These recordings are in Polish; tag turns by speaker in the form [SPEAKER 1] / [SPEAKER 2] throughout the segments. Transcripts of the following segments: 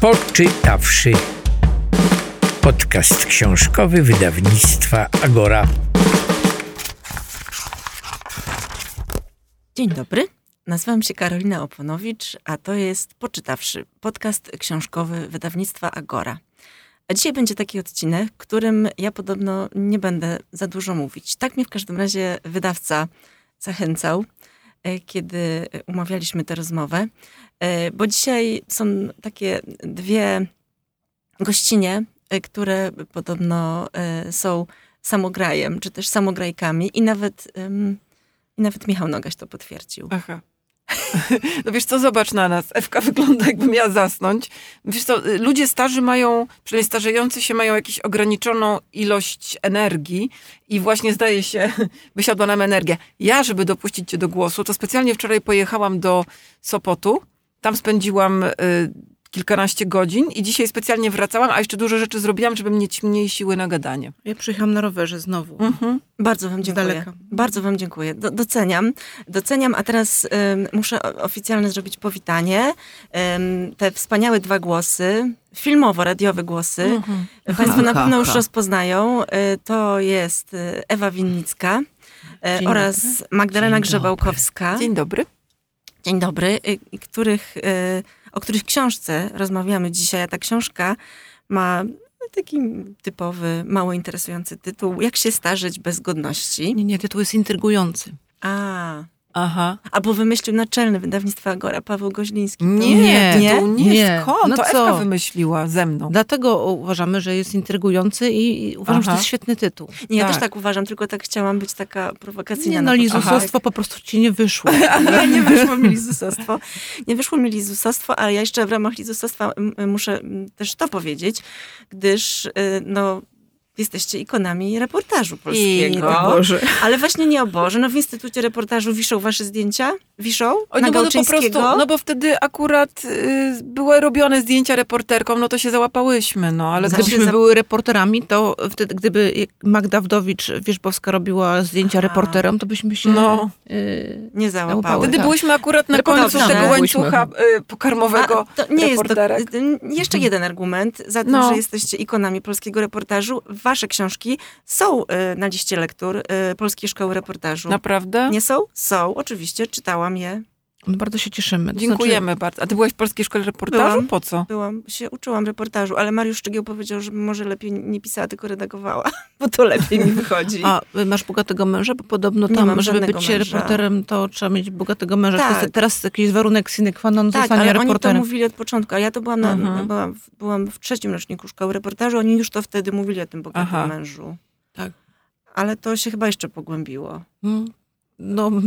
[SPEAKER 1] Poczytawszy. Podcast książkowy wydawnictwa Agora.
[SPEAKER 2] Dzień dobry. Nazywam się Karolina Oponowicz, a to jest Poczytawszy, podcast książkowy wydawnictwa Agora. A dzisiaj będzie taki odcinek, którym ja podobno nie będę za dużo mówić. Tak mnie w każdym razie wydawca zachęcał, e, kiedy umawialiśmy tę rozmowę, e, bo dzisiaj są takie dwie gościnie, e, które podobno e, są samograjem, czy też samograjkami i nawet... em, i nawet Michał Nogaś to potwierdził.
[SPEAKER 3] Aha. No wiesz co, zobacz na nas. Ewka wygląda jakby miała zasnąć. Wiesz co, y, ludzie starzy mają, przynajmniej starzejący się mają jakąś ograniczoną ilość energii i właśnie zdaje się, wysiadła nam energia. Ja, żeby dopuścić cię do głosu, to specjalnie wczoraj pojechałam do Sopotu. Tam spędziłam y, kilkanaście godzin i dzisiaj specjalnie wracałam, a jeszcze dużo rzeczy zrobiłam, żeby mieć mniej siły na gadanie.
[SPEAKER 4] Ja przyjechałam na rowerze znowu.
[SPEAKER 3] Mhm.
[SPEAKER 2] Bardzo wam
[SPEAKER 4] Z
[SPEAKER 2] dziękuję.
[SPEAKER 4] daleka.
[SPEAKER 2] Bardzo wam dziękuję. Do, doceniam. Doceniam, a teraz ym, muszę o- oficjalnie zrobić powitanie. Ym, te wspaniałe dwa głosy, filmowo-radiowe głosy,
[SPEAKER 3] Mhm.
[SPEAKER 2] Państwo na
[SPEAKER 4] Ha, ha,
[SPEAKER 2] pewno już
[SPEAKER 4] ha.
[SPEAKER 2] rozpoznają. Y, To jest y, Ewa Winnicka y, oraz Magdalena
[SPEAKER 1] Dzień
[SPEAKER 2] Grzebałkowska.
[SPEAKER 3] Dzień dobry.
[SPEAKER 2] Dzień dobry, y, i których, y, o których książce rozmawiamy dzisiaj, a ta książka ma taki typowy, mało interesujący tytuł Jak się starzeć bez godności.
[SPEAKER 4] Nie, nie, tytuł jest intrygujący.
[SPEAKER 2] A,
[SPEAKER 3] Aha.
[SPEAKER 2] albo wymyślił naczelny wydawnictwa Agora Paweł Goźliński. To-
[SPEAKER 3] Nie,
[SPEAKER 4] Nie,
[SPEAKER 3] nie, nie,
[SPEAKER 4] nie.
[SPEAKER 3] skąd?
[SPEAKER 4] No
[SPEAKER 3] to Ewka
[SPEAKER 4] co?
[SPEAKER 3] wymyśliła ze mną.
[SPEAKER 4] Dlatego uważamy, że jest intrygujący i i uważam, że
[SPEAKER 3] Aha.
[SPEAKER 4] to jest świetny tytuł.
[SPEAKER 2] Nie, ja
[SPEAKER 3] tak.
[SPEAKER 2] też tak uważam, tylko tak chciałam być taka prowokacyjna.
[SPEAKER 4] Nie,
[SPEAKER 2] na
[SPEAKER 4] no
[SPEAKER 2] początek.
[SPEAKER 4] lizusostwo po prostu ci nie wyszło.
[SPEAKER 2] Ale nie wyszło mi lizusostwo. Nie wyszło mi lizusostwo, ale ja jeszcze w ramach lizusostwa m, m, muszę m, też to powiedzieć, gdyż y, no, jesteście ikonami reportażu polskiego. ale właśnie nie o Boże. No w Instytucie Reportażu wiszą wasze zdjęcia? Wiszą?
[SPEAKER 3] Oj,
[SPEAKER 2] na
[SPEAKER 3] no, bo to po prostu,
[SPEAKER 2] Gałczyńskiego?
[SPEAKER 3] no bo wtedy akurat y, były robione zdjęcia reporterkom, no to się załapałyśmy, no ale to,
[SPEAKER 2] Zawsze-
[SPEAKER 4] Gdybyśmy
[SPEAKER 2] za-
[SPEAKER 4] były reporterami, to wtedy, gdyby Magda Wdowicz-Wierzbowska robiła zdjęcia
[SPEAKER 2] Aha.
[SPEAKER 4] reporterom, to byśmy się...
[SPEAKER 3] no.
[SPEAKER 4] y,
[SPEAKER 2] nie załapały.
[SPEAKER 4] Załapały.
[SPEAKER 3] Wtedy
[SPEAKER 4] tak.
[SPEAKER 3] byliśmy akurat na
[SPEAKER 2] Reportaż,
[SPEAKER 3] końcu
[SPEAKER 2] tak.
[SPEAKER 3] tego
[SPEAKER 4] Byliśmy.
[SPEAKER 3] łańcucha y, pokarmowego.
[SPEAKER 2] A, to nie jest do,
[SPEAKER 3] reporterek.
[SPEAKER 2] y, jeszcze jeden argument za to,
[SPEAKER 3] No.
[SPEAKER 2] że jesteście ikonami polskiego reportażu. Wasze książki są y, na liście lektur y, Polskiej Szkoły Reportażu.
[SPEAKER 3] Naprawdę?
[SPEAKER 2] no. Nie są? Są, oczywiście. Czytałam je.
[SPEAKER 4] no bardzo się cieszymy. To
[SPEAKER 3] Dziękujemy bardzo. A ty byłaś w Polskiej Szkole Reportażu?
[SPEAKER 2] Byłam.
[SPEAKER 3] Po co?
[SPEAKER 2] Byłam, się uczyłam reportażu, ale Mariusz Szczygieł powiedział, że może lepiej nie pisała, tylko redagowała, bo to lepiej mi wychodzi.
[SPEAKER 4] Znaczy, a y, masz bogatego męża? Bo podobno
[SPEAKER 2] Nie mam
[SPEAKER 4] tam, żeby
[SPEAKER 2] żadnego
[SPEAKER 4] być
[SPEAKER 2] męża.
[SPEAKER 4] reporterem, to trzeba mieć bogatego męża.
[SPEAKER 2] Tak.
[SPEAKER 4] To jest teraz jakiś warunek sine qua non
[SPEAKER 2] tak, ale
[SPEAKER 4] zostania
[SPEAKER 2] oni to
[SPEAKER 4] reporterem.
[SPEAKER 2] mówili od początku, a ja to byłam, na,
[SPEAKER 3] Mhm.
[SPEAKER 2] byłam, w, byłam w trzecim roczniku szkoły reportażu, oni już to wtedy mówili o tym bogatym
[SPEAKER 3] Aha.
[SPEAKER 2] mężu.
[SPEAKER 4] Tak.
[SPEAKER 2] Ale to się chyba jeszcze pogłębiło.
[SPEAKER 4] Mm. No, no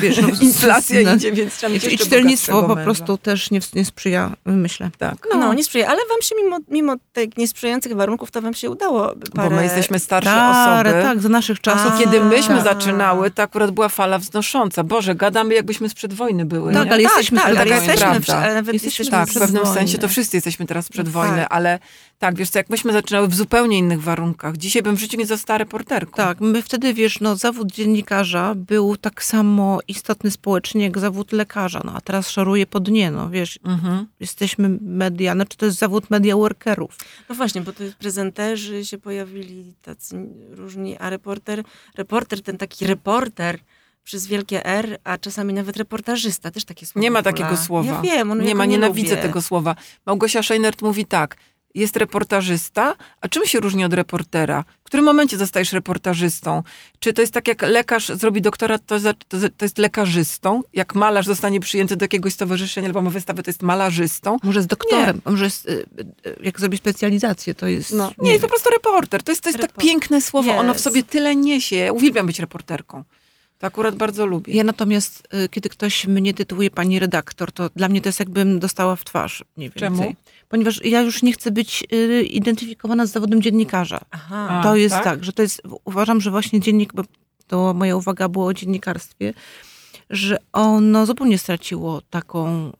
[SPEAKER 4] wiesz, no,
[SPEAKER 3] Inflacja
[SPEAKER 4] no,
[SPEAKER 3] idzie, więc trzeba mieć
[SPEAKER 4] I, i
[SPEAKER 3] jeszcze
[SPEAKER 4] czytelnictwo
[SPEAKER 3] bogatszego
[SPEAKER 4] po
[SPEAKER 3] męża.
[SPEAKER 4] prostu też nie, nie sprzyja, myślę.
[SPEAKER 3] Tak.
[SPEAKER 2] No, nie sprzyja, ale wam się mimo, mimo tych niesprzyjających warunków, to wam się udało parę...
[SPEAKER 3] Bo my jesteśmy starsze
[SPEAKER 4] Stare,
[SPEAKER 3] osoby.
[SPEAKER 4] tak, za naszych czasów.
[SPEAKER 2] A,
[SPEAKER 3] Kiedy myśmy
[SPEAKER 2] tak.
[SPEAKER 3] zaczynały, to akurat była fala wznosząca. Boże, gadamy jakbyśmy sprzed wojny były.
[SPEAKER 4] Tak,
[SPEAKER 3] nie?
[SPEAKER 4] ale
[SPEAKER 2] tak,
[SPEAKER 4] jesteśmy
[SPEAKER 2] tak,
[SPEAKER 4] przed
[SPEAKER 2] ale
[SPEAKER 3] wojną.
[SPEAKER 2] jesteśmy,
[SPEAKER 3] Prawda.
[SPEAKER 2] przy, ale nawet
[SPEAKER 4] Jesteśmy
[SPEAKER 2] jesteśmy,
[SPEAKER 3] Tak, w
[SPEAKER 4] Przed
[SPEAKER 3] pewnym
[SPEAKER 4] wojnę.
[SPEAKER 3] sensie to wszyscy jesteśmy teraz przed
[SPEAKER 2] No
[SPEAKER 3] wojny,
[SPEAKER 2] tak.
[SPEAKER 3] ale tak, wiesz co, jak myśmy zaczynały w zupełnie innych warunkach. Dzisiaj bym w życiu nie została reporterką.
[SPEAKER 4] Tak, my wtedy, wiesz, no, zawód dziennikarza był tak samo istotny społecznie jak zawód lekarza, no, a teraz szaruje po dnie, no, wiesz,
[SPEAKER 3] Mhm.
[SPEAKER 4] jesteśmy media, znaczy to jest zawód media workerów.
[SPEAKER 2] No właśnie, bo to jest prezenterzy się pojawili, tacy różni, a reporter, reporter, ten taki reporter przez wielkie R, a czasami nawet reportażysta, też takie słowo.
[SPEAKER 3] Nie ma
[SPEAKER 2] kula.
[SPEAKER 3] takiego słowa.
[SPEAKER 2] Ja wiem, on
[SPEAKER 3] nie ma, nienawidzę
[SPEAKER 2] lubię.
[SPEAKER 3] tego słowa. Małgosia Scheinert mówi tak, jest reportażysta, a czym się różni od reportera? W którym momencie zostajesz reportażystą? Czy to jest tak, jak lekarz zrobi doktorat, to, za, to, za- to jest lekarzystą? Jak malarz zostanie przyjęty do jakiegoś stowarzyszenia albo ma wystawę, to jest malarzystą?
[SPEAKER 4] Może z doktorem, może z, y, y, jak zrobi specjalizację, to jest...
[SPEAKER 3] No, nie, jest po prostu reporter. To jest, to jest tak
[SPEAKER 2] Report-
[SPEAKER 3] piękne słowo. Ono w
[SPEAKER 2] Yes.
[SPEAKER 3] sobie tyle niesie. Ja uwielbiam być reporterką. To akurat bardzo lubię.
[SPEAKER 4] Ja natomiast, y, kiedy ktoś mnie tytułuje pani redaktor, to dla mnie to jest jakbym dostała w twarz, nie więcej.
[SPEAKER 3] Czemu?
[SPEAKER 4] Ponieważ ja już nie chcę być y, identyfikowana z zawodem dziennikarza.
[SPEAKER 2] Aha.
[SPEAKER 3] A,
[SPEAKER 4] to jest
[SPEAKER 3] tak?
[SPEAKER 4] tak? że to jest, uważam, że właśnie dziennik, bo to moja uwaga była o dziennikarstwie, że ono zupełnie straciło taką y,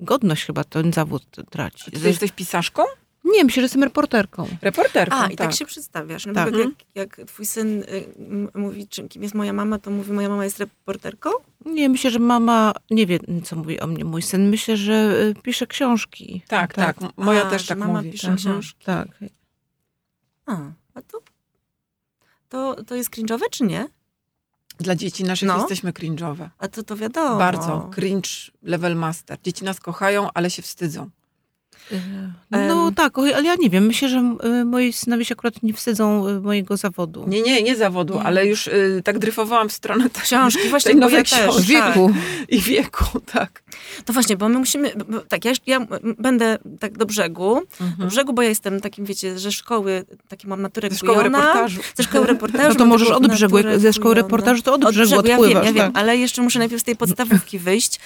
[SPEAKER 4] godność chyba, ten zawód traci.
[SPEAKER 3] Czy ty jesteś pisarzką?
[SPEAKER 4] Nie, myślę, że jestem reporterką.
[SPEAKER 3] Reporterką,
[SPEAKER 2] A, i tak się przedstawiasz. No,
[SPEAKER 4] Tak.
[SPEAKER 2] tak. jak, jak twój syn y, m- mówi, czym kim jest moja mama, to mówi, moja mama jest reporterką?
[SPEAKER 4] Nie, myślę, że mama nie wie, co mówi o mnie mój syn. Myślę, że y, pisze książki.
[SPEAKER 3] tak, tak,
[SPEAKER 4] tak.
[SPEAKER 3] Moja
[SPEAKER 2] A,
[SPEAKER 3] też
[SPEAKER 2] że
[SPEAKER 3] tak
[SPEAKER 2] mama
[SPEAKER 3] mówi.
[SPEAKER 2] pisze
[SPEAKER 3] tak.
[SPEAKER 2] książki.
[SPEAKER 4] Tak.
[SPEAKER 2] A, a to, to, to jest cringe'owe, czy nie?
[SPEAKER 3] Dla dzieci naszych
[SPEAKER 2] No.
[SPEAKER 3] jesteśmy cringe'owe.
[SPEAKER 2] A to to wiadomo.
[SPEAKER 3] Bardzo. Cringe level master. Dzieci nas kochają, ale się wstydzą.
[SPEAKER 4] Y,
[SPEAKER 2] Em.
[SPEAKER 4] No tak, oj, ale ja nie wiem. Myślę, że y, moi synowie się akurat nie wstydzą y, mojego zawodu.
[SPEAKER 3] Nie, nie, nie zawodu,
[SPEAKER 2] Nie.
[SPEAKER 3] ale już y, tak dryfowałam w stronę te-
[SPEAKER 2] Książki, właśnie,
[SPEAKER 3] Tej
[SPEAKER 2] bo
[SPEAKER 3] nowej
[SPEAKER 2] ja też.
[SPEAKER 3] książki.
[SPEAKER 2] tak.
[SPEAKER 4] wieku.
[SPEAKER 3] i wieku, tak.
[SPEAKER 2] To właśnie, bo my musimy, bo- bo, tak, ja, ja m- będę tak do brzegu,
[SPEAKER 4] Mhm.
[SPEAKER 2] do brzegu, bo ja jestem takim, wiecie, ze szkoły, taki mam naturę
[SPEAKER 3] Ze szkoły
[SPEAKER 2] kujona.
[SPEAKER 3] reportażu.
[SPEAKER 2] Ze szkoły reportażu.
[SPEAKER 4] No to
[SPEAKER 2] mam
[SPEAKER 4] możesz
[SPEAKER 2] taką
[SPEAKER 4] od brzegu, jak
[SPEAKER 2] naturę
[SPEAKER 4] ze szkoły
[SPEAKER 2] kujona.
[SPEAKER 4] reportażu, to od
[SPEAKER 2] Od
[SPEAKER 4] brzegu
[SPEAKER 2] no. ja
[SPEAKER 4] odpływasz.
[SPEAKER 2] wiem, ja wiem,
[SPEAKER 4] tak.
[SPEAKER 2] ale jeszcze muszę najpierw z tej podstawówki wyjść,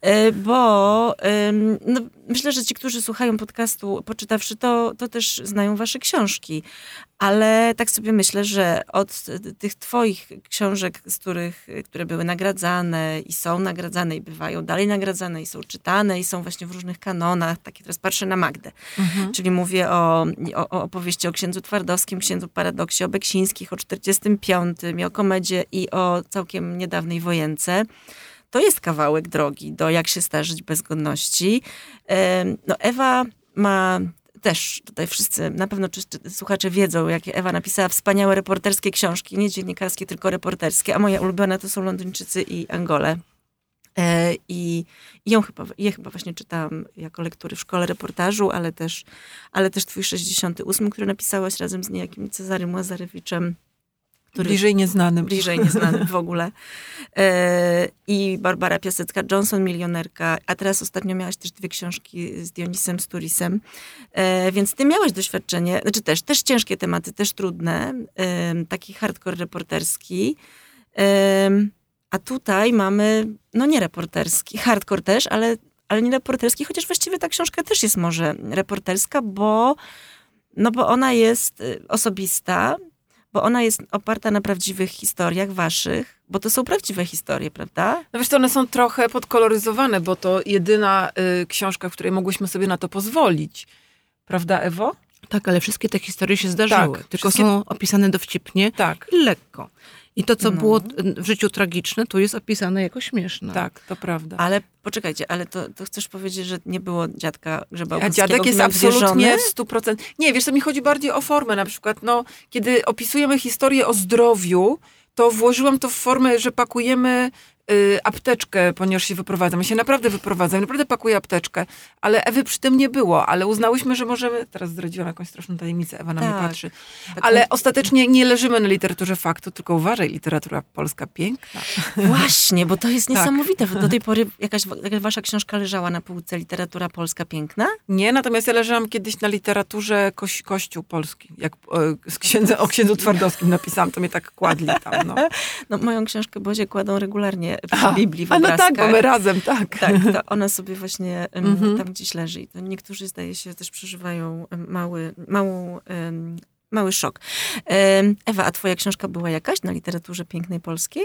[SPEAKER 2] e, bo em, no, myślę, że ci, którzy słuchają podcastu, poczytawszy to, to też znają wasze książki, ale tak sobie myślę, że od e, tych twoich książek, z których, e, które były nagradzane i są nagradzane i bywają dalej nagradzane i są czytane i są właśnie w różnych kanonach, takie teraz patrzę na Magdę,
[SPEAKER 3] Mhm.
[SPEAKER 2] czyli mówię o, o, o opowieści o księdzu Twardowskim, księdzu Paradoksie, o Beksińskich, o 45, o Komedzie i o całkiem niedawnej Wojence. To jest kawałek drogi do jak się starzyć bez godności. Em, No Ewa ma też, tutaj wszyscy na pewno czy, czy, słuchacze wiedzą, jakie Ewa napisała wspaniałe reporterskie książki, nie dziennikarskie, tylko reporterskie, a moje ulubione to są Londyńczycy i Angole. E, I i ją chyba, je chyba właśnie czytałam jako lektury w szkole reportażu, ale też, ale też twój 68, który napisałaś razem z niejakim Cezarym Łazarewiczem, który
[SPEAKER 3] Bliżej nieznanym.
[SPEAKER 2] bliżej nieznany w ogóle. E, I Barbara Piasecka-Johnson, milionerka. A teraz ostatnio miałaś też dwie książki z Dionisem Sturisem. E, więc ty miałeś doświadczenie, znaczy też, też ciężkie tematy, też trudne, em, taki hardcore reporterski. Em, a tutaj mamy, no nie reporterski, hardcore też, ale, ale nie reporterski, chociaż właściwie ta książka też jest może reporterska, bo, no bo ona jest y, osobista, bo ona jest oparta na prawdziwych historiach waszych, bo to są prawdziwe historie, prawda?
[SPEAKER 3] No wiesz, to one są trochę podkoloryzowane, bo to jedyna y, książka, w której mogłyśmy sobie na to pozwolić. Prawda, Ewo?
[SPEAKER 4] Tak, ale wszystkie te historie się zdarzyły.
[SPEAKER 3] Tak,
[SPEAKER 4] tylko
[SPEAKER 3] wszystkie-
[SPEAKER 4] są opisane dowcipnie
[SPEAKER 3] Tak,
[SPEAKER 4] i lekko. I to, co
[SPEAKER 2] No.
[SPEAKER 4] było y, w życiu tragiczne, tu jest opisane jako śmieszne.
[SPEAKER 3] tak, to prawda.
[SPEAKER 2] Ale poczekajcie, ale to, to chcesz powiedzieć, że nie było dziadka
[SPEAKER 3] A
[SPEAKER 2] Grzebałkowskiego,
[SPEAKER 3] dziadek
[SPEAKER 2] który
[SPEAKER 3] jest
[SPEAKER 2] miał dwie żony?
[SPEAKER 3] absolutnie w 100%. Nie, wiesz, co mi chodzi bardziej o formę. Na przykład, no, kiedy opisujemy historię o zdrowiu, to włożyłam to w formę, że pakujemy y, apteczkę, ponieważ się wyprowadzam. Ja się naprawdę wyprowadzam, naprawdę pakuję apteczkę. Ale Ewy przy tym nie było, ale uznałyśmy, że możemy. Teraz zdradziłam jakąś straszną tajemnicę, Ewa na mnie
[SPEAKER 2] Tak.
[SPEAKER 3] patrzy.
[SPEAKER 2] Taką-
[SPEAKER 3] Ale ostatecznie nie leżymy na literaturze faktu, tylko uważaj, literatura polska piękna.
[SPEAKER 2] Tak, Właśnie, bo to jest
[SPEAKER 3] Tak.
[SPEAKER 2] niesamowite. Do tej pory jakaś wa- jakaś wasza książka leżała na półce Literatura Polska Piękna?
[SPEAKER 3] Nie, natomiast ja leżałam kiedyś na literaturz koś, Kościół Polski. Jak e, z księdze, o księdzu Twardowskim napisałam, to mnie tak kładli tam. No,
[SPEAKER 2] No, moją książkę Bozie kładą regularnie w
[SPEAKER 3] Aha.
[SPEAKER 2] Biblii, w
[SPEAKER 3] A no tak,
[SPEAKER 2] obrazkach.
[SPEAKER 3] bo my razem, tak.
[SPEAKER 2] Tak, to ona sobie właśnie em,
[SPEAKER 3] Mhm.
[SPEAKER 2] tam gdzieś leży. I to niektórzy, zdaje się, też przeżywają em, mały, małą, em, mały szok. Em, Ewa, a twoja książka była jakaś na literaturze pięknej polskiej?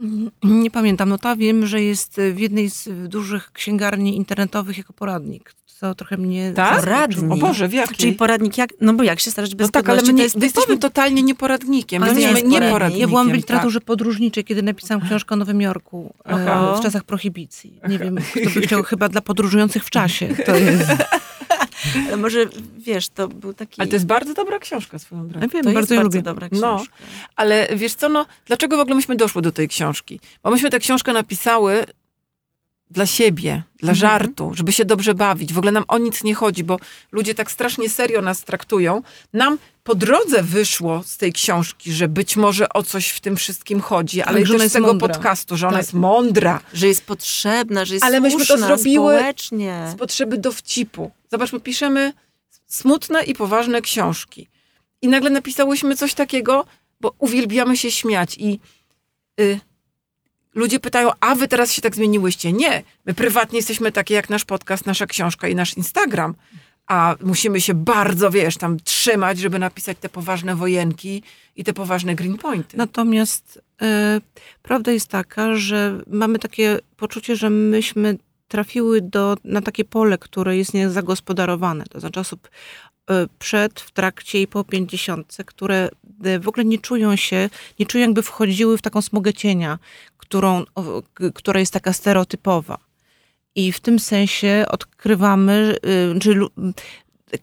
[SPEAKER 4] Mm, Nie pamiętam. No ta wiem, że jest y, w jednej z y, dużych księgarni internetowych jako poradnik. To trochę mnie
[SPEAKER 3] Tak?
[SPEAKER 4] zaskoczyło.
[SPEAKER 2] Poradnik?
[SPEAKER 3] O Boże, w
[SPEAKER 2] Czyli
[SPEAKER 3] jakiej?
[SPEAKER 2] poradnik jak? No bo jak się starać bez
[SPEAKER 3] No tak, ale my,
[SPEAKER 2] godności,
[SPEAKER 3] nie,
[SPEAKER 2] to typowy
[SPEAKER 3] my jesteśmy totalnie nieporadnikiem.
[SPEAKER 2] Ale
[SPEAKER 3] My
[SPEAKER 2] nie
[SPEAKER 3] jesteśmy
[SPEAKER 2] jest poradnik.
[SPEAKER 3] nieporadnikiem.
[SPEAKER 4] Ja byłam w
[SPEAKER 3] tak.
[SPEAKER 4] literaturze podróżniczej, kiedy napisałam książkę o Nowym Jorku e,
[SPEAKER 3] Aha.
[SPEAKER 4] w czasach prohibicji. Nie wiem, kto by chciał, chyba dla podróżujących w czasie. To jest,
[SPEAKER 2] Ale może, wiesz, to był taki...
[SPEAKER 3] Ale to jest bardzo dobra książka swoją drogą.
[SPEAKER 4] ja wiem,
[SPEAKER 2] to jest
[SPEAKER 4] bardzo ją lubię.
[SPEAKER 2] dobra
[SPEAKER 3] No.
[SPEAKER 2] książka.
[SPEAKER 3] Ale wiesz co, no, dlaczego w ogóle myśmy doszły do tej książki? Bo myśmy tę książkę napisały dla siebie, dla
[SPEAKER 2] Mhm.
[SPEAKER 3] żartu, żeby się dobrze bawić. W ogóle nam o nic nie chodzi, bo ludzie tak strasznie serio nas traktują. Nam po drodze wyszło z tej książki, że być może o coś w tym wszystkim chodzi, ale
[SPEAKER 4] Tak, że
[SPEAKER 3] też
[SPEAKER 4] ona
[SPEAKER 3] z
[SPEAKER 4] jest
[SPEAKER 3] tego
[SPEAKER 4] mądra.
[SPEAKER 3] podcastu, że ona
[SPEAKER 4] Tak.
[SPEAKER 3] jest mądra.
[SPEAKER 2] Że jest potrzebna, że jest
[SPEAKER 3] Ale myśmy to
[SPEAKER 2] słuszna
[SPEAKER 3] zrobiły-
[SPEAKER 2] społecznie.
[SPEAKER 3] Z potrzeby dowcipu. Zobaczmy, piszemy smutne i poważne książki. I nagle napisałyśmy coś takiego, bo uwielbiamy się śmiać i y, ludzie pytają, a wy teraz się tak zmieniłyście. Nie, my prywatnie jesteśmy takie jak nasz podcast, nasza książka i nasz Instagram. A musimy się bardzo, wiesz, tam trzymać, żeby napisać te poważne wojenki i te poważne green
[SPEAKER 4] No
[SPEAKER 3] pointy.
[SPEAKER 4] Natomiast e, prawda jest taka, że mamy takie poczucie, że myśmy trafiły do, na takie pole, które jest niezagospodarowane, to znaczy osób e, przed, w trakcie i po pięćdziesiątce, które e, w ogóle nie czują się, nie czują jakby wchodziły w taką smugę cienia, którą, o, k- która jest taka stereotypowa. I w tym sensie odkrywamy, y, czy lu-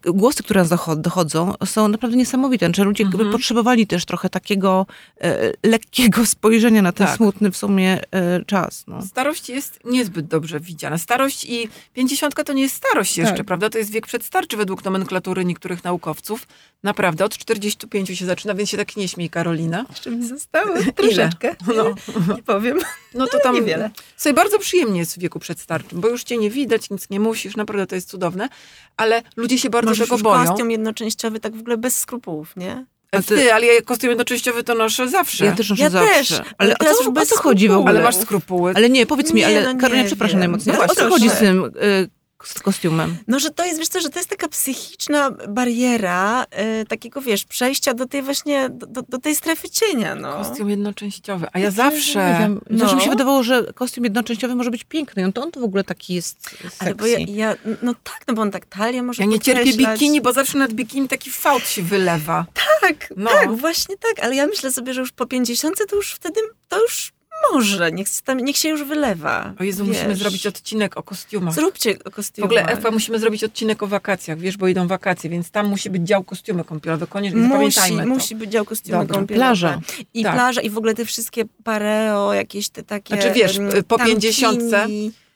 [SPEAKER 4] głosy, które nas docho- dochodzą, są naprawdę niesamowite. Że ludzie jakby
[SPEAKER 3] Mhm.
[SPEAKER 4] potrzebowali też trochę takiego e, lekkiego spojrzenia na ten
[SPEAKER 3] Tak.
[SPEAKER 4] smutny w sumie e, czas. No.
[SPEAKER 3] Starość jest niezbyt dobrze widziana. Starość i pięćdziesiątka to nie jest starość jeszcze,
[SPEAKER 4] Tak.
[SPEAKER 3] prawda? To jest wiek przedstarczy według nomenklatury niektórych naukowców. Naprawdę, od 45 się zaczyna, więc się tak nie śmiej, Karolina.
[SPEAKER 5] Jeszcze mi zostało troszeczkę.
[SPEAKER 3] No,
[SPEAKER 5] Nie powiem.
[SPEAKER 3] no to tam
[SPEAKER 5] Niewiele.
[SPEAKER 3] Sobie bardzo przyjemnie jest w wieku przedstarczym, bo już cię nie widać, nic nie musisz, naprawdę to jest cudowne, ale ludzie się bardzo
[SPEAKER 2] Możesz
[SPEAKER 3] tego
[SPEAKER 2] już
[SPEAKER 3] boją.
[SPEAKER 2] kostium jednoczęściowy tak w ogóle bez skrupułów, nie?
[SPEAKER 3] A ty, ale ja kostium jednoczęściowy to noszę zawsze.
[SPEAKER 4] Ja też noszę
[SPEAKER 2] Ja
[SPEAKER 4] zawsze.
[SPEAKER 2] też, ale
[SPEAKER 4] ale o
[SPEAKER 2] teraz
[SPEAKER 4] co,
[SPEAKER 2] już
[SPEAKER 4] o
[SPEAKER 2] bez
[SPEAKER 4] co chodzi w
[SPEAKER 2] skrupułów.
[SPEAKER 4] ogóle?
[SPEAKER 3] ale masz skrupuły.
[SPEAKER 4] Ale nie, powiedz mi,
[SPEAKER 2] Nie,
[SPEAKER 4] ale
[SPEAKER 2] no nie
[SPEAKER 4] Karolina,
[SPEAKER 2] wiem.
[SPEAKER 4] przepraszam najmocniej.
[SPEAKER 2] No
[SPEAKER 4] o
[SPEAKER 2] właśnie,
[SPEAKER 4] co chodzi z
[SPEAKER 2] proszę.
[SPEAKER 4] tym e, z kostiumem?
[SPEAKER 2] No, że to jest, wiesz co, że to jest taka psychiczna bariera e, takiego, wiesz, przejścia do tej właśnie, do, do, do tej strefy cienia, no.
[SPEAKER 3] Kostium jednoczęściowy, a ja
[SPEAKER 4] Nie
[SPEAKER 3] zawsze...
[SPEAKER 4] wiem. Zawsze
[SPEAKER 2] No.
[SPEAKER 4] mi się wydawało, że kostium jednoczęściowy może być piękny. i On to, on to w ogóle taki jest seksy.
[SPEAKER 2] Ale bo ja, ja, no tak, no bo on tak talię może
[SPEAKER 3] Ja nie cierpię
[SPEAKER 2] podkreślać.
[SPEAKER 3] bikini, bo zawsze nad bikini taki fałd się wylewa.
[SPEAKER 2] Tak,
[SPEAKER 3] No.
[SPEAKER 2] tak, właśnie tak, ale ja myślę sobie, że już po 50 to już wtedy, to już może, niech, się tam, niech się już wylewa.
[SPEAKER 3] O Jezu, musimy
[SPEAKER 2] wiesz.
[SPEAKER 3] zrobić odcinek o kostiumach.
[SPEAKER 2] Zróbcie
[SPEAKER 3] w
[SPEAKER 2] kostium.
[SPEAKER 3] ogóle, Ewa, musimy zrobić odcinek o wakacjach, wiesz, bo idą wakacje, więc tam musi być dział kostiumy kąpielowe, koniecznie,
[SPEAKER 2] Musi,
[SPEAKER 3] zapamiętajmy to.
[SPEAKER 2] musi być dział kostiumy
[SPEAKER 3] Dobra.
[SPEAKER 2] kąpielowe.
[SPEAKER 4] Plaża.
[SPEAKER 2] I
[SPEAKER 3] Tak.
[SPEAKER 2] plaża, i w ogóle te wszystkie pareo, jakieś te takie...
[SPEAKER 3] Znaczy, wiesz,
[SPEAKER 2] em,
[SPEAKER 3] po
[SPEAKER 2] tankini.
[SPEAKER 3] 50.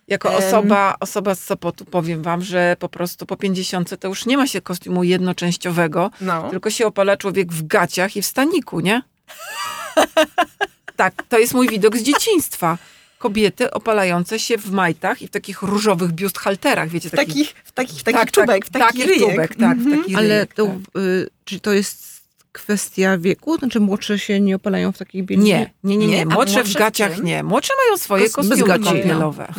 [SPEAKER 3] Jako
[SPEAKER 2] Em.
[SPEAKER 3] osoba, osoba z Sopotu powiem wam, że po prostu po 50 to już nie ma się kostiumu jednoczęściowego,
[SPEAKER 2] No.
[SPEAKER 3] tylko się opala człowiek w gaciach i w staniku, nie? tak, to jest mój widok z dzieciństwa. Kobiety opalające się w majtach i w takich różowych biust halterach, wiecie,
[SPEAKER 5] W
[SPEAKER 3] taki,
[SPEAKER 5] takich, w takich, w takich czubek, w taki
[SPEAKER 3] taki
[SPEAKER 5] ryjek.
[SPEAKER 3] Tak, czubek, tak, w
[SPEAKER 5] Mhm.
[SPEAKER 3] taki
[SPEAKER 4] Ale
[SPEAKER 3] ryjek,
[SPEAKER 4] to,
[SPEAKER 3] tak.
[SPEAKER 4] y, czy to jest kwestia wieku? Znaczy młodsze się nie opalają w takich bieliźnie?
[SPEAKER 3] Nie, nie, nie, nie.
[SPEAKER 2] Nie? A
[SPEAKER 3] Młodsze w
[SPEAKER 2] młodsze w
[SPEAKER 3] gaciach
[SPEAKER 2] czym?
[SPEAKER 3] nie. Młodsze mają swoje
[SPEAKER 4] Kos- bez
[SPEAKER 3] kostiumy
[SPEAKER 4] gaci, no.
[SPEAKER 3] kąpielowe.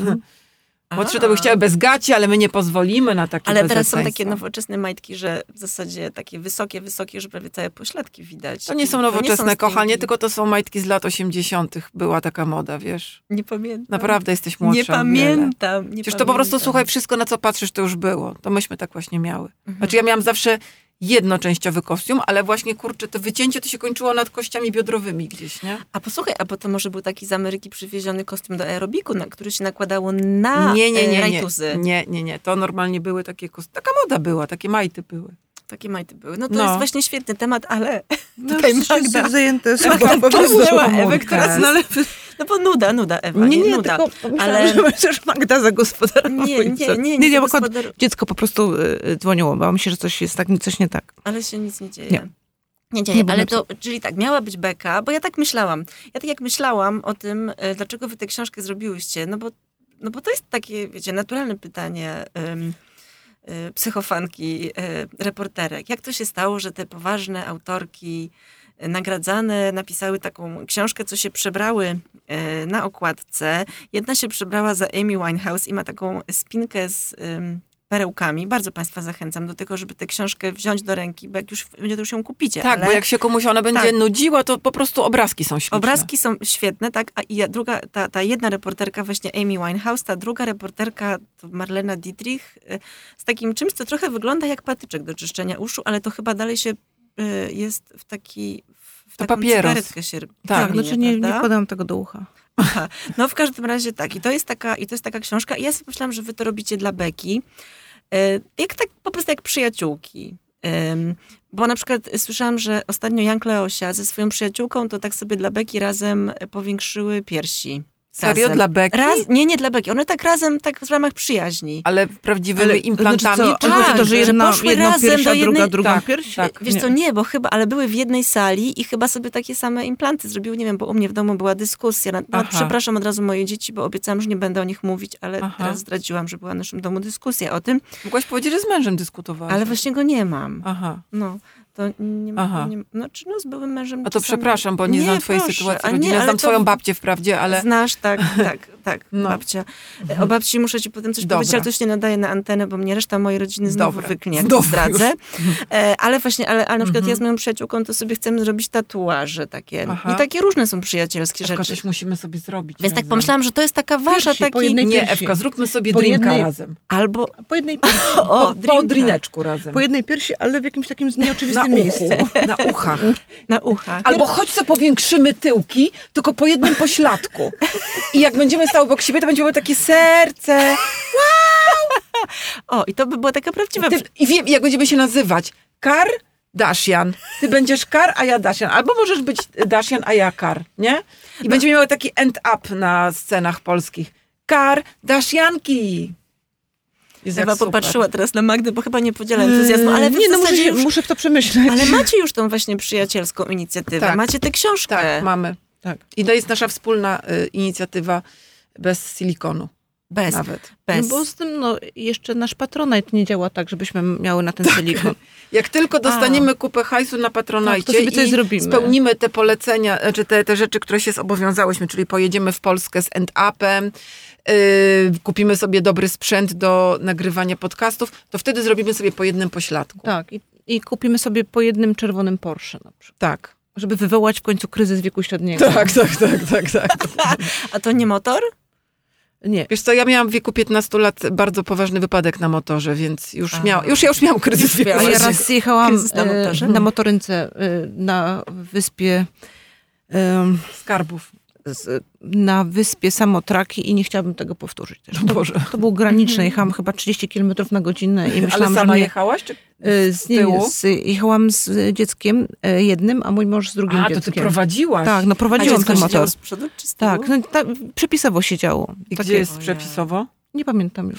[SPEAKER 3] Młodsze to by
[SPEAKER 2] A.
[SPEAKER 3] chciały bez gaci, ale my nie pozwolimy na takie
[SPEAKER 2] Ale teraz są
[SPEAKER 3] bezeceństwo.
[SPEAKER 2] takie nowoczesne majtki, że w zasadzie takie wysokie, wysokie, że prawie całe pośladki widać.
[SPEAKER 3] To nie są
[SPEAKER 2] I
[SPEAKER 3] nowoczesne,
[SPEAKER 2] stringi.
[SPEAKER 3] kochanie, tylko to są majtki z lat 80. Była taka moda, wiesz.
[SPEAKER 2] Nie pamiętam.
[SPEAKER 3] Naprawdę jesteś młodsza.
[SPEAKER 2] Nie
[SPEAKER 3] o wiele.
[SPEAKER 2] pamiętam. Nie
[SPEAKER 3] Przecież to
[SPEAKER 2] pamiętam.
[SPEAKER 3] po prostu, słuchaj, wszystko na co patrzysz, to już było. To myśmy tak właśnie miały.
[SPEAKER 2] Mhm.
[SPEAKER 3] Znaczy ja miałam zawsze jednoczęściowy kostium, ale właśnie, kurczę, to wycięcie to się kończyło nad kościami biodrowymi gdzieś, nie?
[SPEAKER 2] A posłuchaj, a bo to może był taki z Ameryki przywieziony kostium do aerobiku, na który się nakładało na
[SPEAKER 3] nie, nie,
[SPEAKER 2] e,
[SPEAKER 3] nie, nie,
[SPEAKER 2] rajtuzy.
[SPEAKER 3] nie, nie, nie. To normalnie były takie kostiumy. Taka moda była, takie majty były.
[SPEAKER 2] Takie majty były. No to
[SPEAKER 3] No.
[SPEAKER 2] jest właśnie świetny temat, ale
[SPEAKER 4] No,
[SPEAKER 5] Tutaj
[SPEAKER 4] wszyscy
[SPEAKER 5] Magda.
[SPEAKER 4] są zajęte
[SPEAKER 3] Tak,
[SPEAKER 4] sobą po prostu.
[SPEAKER 2] Wsunęła
[SPEAKER 3] pomówię.
[SPEAKER 2] Ewę, która...
[SPEAKER 4] No, ale,
[SPEAKER 2] No bo nuda, nuda Ewa,
[SPEAKER 4] nie, nie,
[SPEAKER 2] nuda.
[SPEAKER 4] tylko myślałam,
[SPEAKER 2] Ale-
[SPEAKER 4] że możesz Magda zagospodarowała.
[SPEAKER 2] Nie, nie, nie, nie,
[SPEAKER 4] nie, bo
[SPEAKER 2] gospodar-
[SPEAKER 4] dziecko po prostu y, dzwoniło, bałam się, że coś jest tak, coś nie tak.
[SPEAKER 2] Ale się nic nie dzieje.
[SPEAKER 4] Nie.
[SPEAKER 2] Nie. dzieje,
[SPEAKER 4] było
[SPEAKER 2] ale to, czyli tak, miała być beka, bo ja tak myślałam. Ja tak jak myślałam o tym, e, dlaczego wy tę książkę zrobiłyście, no bo, no bo to jest takie, wiecie, naturalne pytanie em, e, psychofanki, e, reporterek. Jak to się stało, że te poważne autorki e, nagradzane napisały taką książkę, co się przebrały e, na okładce. Jedna się przebrała za Amy Winehouse i ma taką spinkę z... em, perełkami. Bardzo Państwa zachęcam do tego, żeby tę książkę wziąć do ręki, bo jak już, będzie, to już ją kupicie.
[SPEAKER 3] Tak,
[SPEAKER 2] ale
[SPEAKER 3] bo jak się komuś ona będzie
[SPEAKER 2] Tak.
[SPEAKER 3] nudziła, to po prostu obrazki są śliczne.
[SPEAKER 2] Obrazki są świetne, tak? A i ja- druga, ta, ta jedna reporterka, właśnie Amy Winehouse, ta druga reporterka to Marlena Dietrich y, z takim czymś, co trochę wygląda jak patyczek do czyszczenia uszu, ale to chyba dalej się y, jest w taki. w
[SPEAKER 3] To
[SPEAKER 2] taką
[SPEAKER 3] papieros.
[SPEAKER 2] cygaretkę się tak,
[SPEAKER 4] Tak, znaczy nie, nie
[SPEAKER 2] prawda?
[SPEAKER 4] podam tego do ucha.
[SPEAKER 2] No w każdym razie tak. I to jest taka, i to jest taka książka. I ja sobie myślałam, że wy to robicie dla Beki. E, Jak tak, po prostu jak przyjaciółki. Em, Bo na przykład słyszałam, że ostatnio Jan Kleosia ze swoją przyjaciółką to tak sobie dla Beki razem powiększyły piersi.
[SPEAKER 3] Serio?
[SPEAKER 2] Razem.
[SPEAKER 3] Dla beki?
[SPEAKER 2] Raz, nie, nie dla Beki. One tak razem, tak w ramach przyjaźni.
[SPEAKER 3] Ale prawdziwymi
[SPEAKER 2] no
[SPEAKER 3] implantami? Tak.
[SPEAKER 4] znaczy co,
[SPEAKER 3] czy-
[SPEAKER 4] chodzi o to, że
[SPEAKER 2] że
[SPEAKER 4] jedna,
[SPEAKER 2] poszły
[SPEAKER 4] jedna
[SPEAKER 2] razem
[SPEAKER 4] piersi,
[SPEAKER 2] do
[SPEAKER 4] a druga
[SPEAKER 2] jednej-
[SPEAKER 4] drugą
[SPEAKER 3] tak,
[SPEAKER 4] piersi?
[SPEAKER 3] tak.
[SPEAKER 2] E, Wiesz co, nie, bo chyba, ale były w jednej sali i chyba sobie takie same implanty zrobiły. Nie wiem, bo u mnie w domu była dyskusja. Na, na,
[SPEAKER 3] Aha.
[SPEAKER 2] przepraszam od razu moje dzieci, bo obiecałam, że nie będę o nich mówić, ale
[SPEAKER 3] Aha.
[SPEAKER 2] teraz zdradziłam, że była w naszym domu dyskusja o tym,
[SPEAKER 3] Mogłaś powiedzieć, że z mężem dyskutowałaś.
[SPEAKER 2] ale właśnie go nie mam.
[SPEAKER 3] Aha.
[SPEAKER 2] No, to nie
[SPEAKER 3] Aha.
[SPEAKER 2] ma... Nie, ma- no, czy no z byłym mężem...
[SPEAKER 3] A to
[SPEAKER 2] czasami-
[SPEAKER 3] przepraszam, bo nie,
[SPEAKER 2] Nie,
[SPEAKER 3] znam twojej
[SPEAKER 2] proszę,
[SPEAKER 3] sytuacji
[SPEAKER 2] a nie,
[SPEAKER 3] rodzinnej.
[SPEAKER 2] ale
[SPEAKER 3] znam
[SPEAKER 2] to-
[SPEAKER 3] twoją babcię wprawdzie, ale
[SPEAKER 2] Znasz, tak, tak, tak,
[SPEAKER 3] No.
[SPEAKER 2] babcia. E, O babci muszę ci potem coś
[SPEAKER 3] Dobra.
[SPEAKER 2] powiedzieć, ale to się nie nadaje na antenę, bo mnie reszta mojej rodziny znowu
[SPEAKER 3] Dobra.
[SPEAKER 2] wyknie, jak
[SPEAKER 3] Znowu
[SPEAKER 2] zdradzę. E, ale właśnie, ale, ale na przykład
[SPEAKER 3] Mhm.
[SPEAKER 2] ja z moją przyjaciółką to sobie chcemy zrobić tatuaże takie.
[SPEAKER 3] Aha.
[SPEAKER 2] I takie różne są przyjacielskie
[SPEAKER 3] Ewka,
[SPEAKER 2] rzeczy.
[SPEAKER 3] coś musimy sobie zrobić.
[SPEAKER 2] Więc tak
[SPEAKER 3] razem.
[SPEAKER 2] pomyślałam, że to jest taka wasza,
[SPEAKER 4] Piersi, po
[SPEAKER 2] taki...
[SPEAKER 4] jednej-
[SPEAKER 3] Nie,
[SPEAKER 4] piersi.
[SPEAKER 3] Ewka, zróbmy sobie
[SPEAKER 4] Po
[SPEAKER 3] drinka
[SPEAKER 4] jednej-
[SPEAKER 3] razem.
[SPEAKER 2] Albo...
[SPEAKER 4] Po jednej piersi,
[SPEAKER 2] O,
[SPEAKER 3] Po, po
[SPEAKER 2] drinka.
[SPEAKER 3] drineczku razem.
[SPEAKER 4] po jednej piersi ale w jakimś takim
[SPEAKER 3] na
[SPEAKER 4] nieoczywistym
[SPEAKER 3] uchu,
[SPEAKER 4] miejscu.
[SPEAKER 3] na uchach.
[SPEAKER 2] Na ucha.
[SPEAKER 3] Albo choć co powiększymy tyłki, tylko po jednym pośladku. I jak będziemy stały obok siebie, to będziemy takie serce.
[SPEAKER 2] O, i to by była taka prawdziwa...
[SPEAKER 3] Ty, I wiem, jak będziemy się nazywać. Kar Dashian. Ty będziesz Kar, a ja Dashian. Albo możesz być Dashian, a ja Kar, nie? I będziemy miały taki end-up na scenach polskich. Kar Dashianki. Jest
[SPEAKER 2] Chyba
[SPEAKER 3] jak super. Yy,
[SPEAKER 2] popatrzyła teraz na Magdę, bo chyba nie podziela entuzjazmu, ale wy
[SPEAKER 4] nie,
[SPEAKER 2] w
[SPEAKER 4] no muszę,
[SPEAKER 2] zasadzie
[SPEAKER 4] się-
[SPEAKER 2] już...
[SPEAKER 4] muszę w to przemyśleć.
[SPEAKER 2] Ale macie już tą właśnie przyjacielską inicjatywę.
[SPEAKER 3] Tak.
[SPEAKER 2] Macie tę książkę.
[SPEAKER 3] Tak, mamy.
[SPEAKER 4] Tak.
[SPEAKER 3] I to jest nasza wspólna y, inicjatywa bez silikonu
[SPEAKER 2] Bez,
[SPEAKER 3] nawet.
[SPEAKER 2] bez.
[SPEAKER 4] No bo z tym, no, jeszcze nasz patronat nie działa tak, żebyśmy miały na ten silikon.
[SPEAKER 3] Jak tylko dostaniemy kupę hajsu na Patronite
[SPEAKER 4] Tak, to sobie coś
[SPEAKER 3] i
[SPEAKER 4] zrobimy.
[SPEAKER 3] spełnimy te polecenia, czy te, te rzeczy, które się zobowiązałyśmy, czyli pojedziemy w Polskę z end-upem, yy, kupimy sobie dobry sprzęt do nagrywania podcastów, to wtedy zrobimy sobie po jednym pośladku.
[SPEAKER 4] Tak, i, i kupimy sobie po jednym czerwonym Porsche na przykład.
[SPEAKER 3] Tak.
[SPEAKER 4] Żeby wywołać w końcu kryzys wieku średniego.
[SPEAKER 3] Tak, tak, tak, tak, tak.
[SPEAKER 2] A to nie motor?
[SPEAKER 4] Nie.
[SPEAKER 3] Wiesz co, ja miałam w wieku 15 lat bardzo poważny wypadek na motorze, więc już,
[SPEAKER 2] A.
[SPEAKER 3] miał, już ja już miałam kryzys
[SPEAKER 2] Już
[SPEAKER 3] wieku.
[SPEAKER 4] A ja
[SPEAKER 2] miałaś.
[SPEAKER 3] średniego.
[SPEAKER 4] raz jechałam
[SPEAKER 2] kryzys na
[SPEAKER 4] na,
[SPEAKER 2] motorze.
[SPEAKER 4] na motorynce e, na wyspie em,
[SPEAKER 3] Skarbów.
[SPEAKER 4] z, na wyspie samotraki i nie chciałabym tego powtórzyć też. To,
[SPEAKER 3] No Boże. Mhm.
[SPEAKER 4] to był graniczny, jechałam chyba 30 km na godzinę i
[SPEAKER 3] Ale
[SPEAKER 4] myślałam, że
[SPEAKER 3] sama
[SPEAKER 4] mnie,
[SPEAKER 3] jechałaś? Czy...
[SPEAKER 4] e, z, nie,
[SPEAKER 3] tyłu?
[SPEAKER 4] z, jechałam z dzieckiem e, jednym, a mój mąż z drugim
[SPEAKER 3] A, to ty
[SPEAKER 4] dzieckiem.
[SPEAKER 3] prowadziłaś.
[SPEAKER 4] tak, no prowadziłam
[SPEAKER 2] dziecko
[SPEAKER 4] ten
[SPEAKER 2] siedziało
[SPEAKER 4] motor.
[SPEAKER 2] z przodu czy z tyłu?
[SPEAKER 4] Tak, no, ta, przepisowo się działo.
[SPEAKER 3] I
[SPEAKER 4] Takie-
[SPEAKER 3] gdzie Tak jest
[SPEAKER 2] Ojej.
[SPEAKER 3] przepisowo?
[SPEAKER 4] Nie pamiętam już.